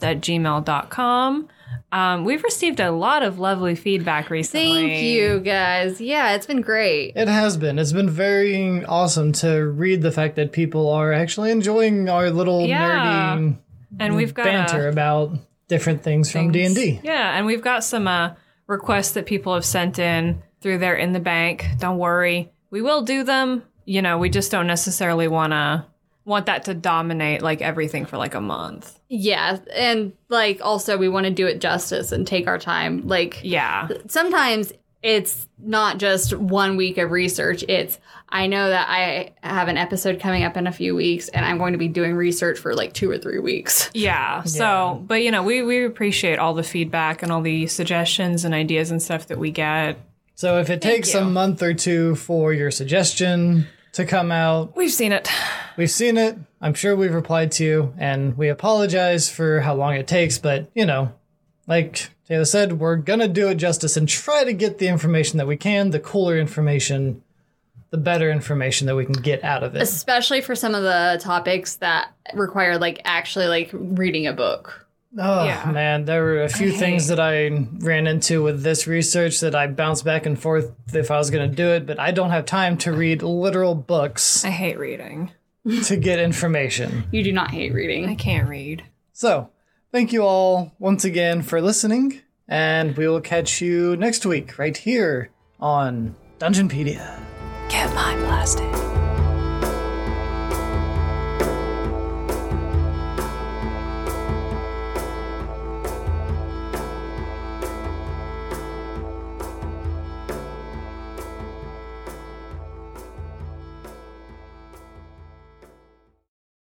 B: at gmail.com. Um, we've received a lot of lovely feedback recently.
C: Thank you guys. Yeah, it's been great.
D: It has been. It's been very awesome to read the fact that people are actually enjoying our little
B: Yeah.
D: nerdy
B: And we've got
D: banter
B: uh,
D: about different things from D and D.
B: Yeah, and we've got some uh, requests that people have sent in through their in the bank. Don't worry, we will do them. You know, we just don't necessarily want to want that to dominate like everything for like a month.
C: Yeah, and like also we want to do it justice and take our time. Like
B: Yeah,
C: sometimes it's not just one week of research. It's I know that I have an episode coming up in a few weeks and I'm going to be doing research for like 2 or 3 weeks.
B: yeah. So, but you know, we we appreciate all the feedback and all the suggestions and ideas and stuff that we get.
D: So if it takes a
B: you.
D: month or two for your suggestion to come out,
B: We've seen it.
D: we've seen it. I'm sure we've replied to you, and we apologize for how long it takes. But you know, like Taylor said, we're gonna do it justice and try to get the information that we can, the cooler information, the better information that we can get out of it.
C: Especially for some of the topics that require like actually like reading a book.
D: Oh
B: Yeah.
D: man, there were a few things that I ran into with this research that I bounced back and forth if I was going to do it, but I don't have time to read literal books
B: I hate reading.
D: to get information.
C: You do not hate reading.
B: I can't read.
D: So, thank you all once again for listening, and we will catch you next week right here on Dungeonpedia.
B: Get my plastic.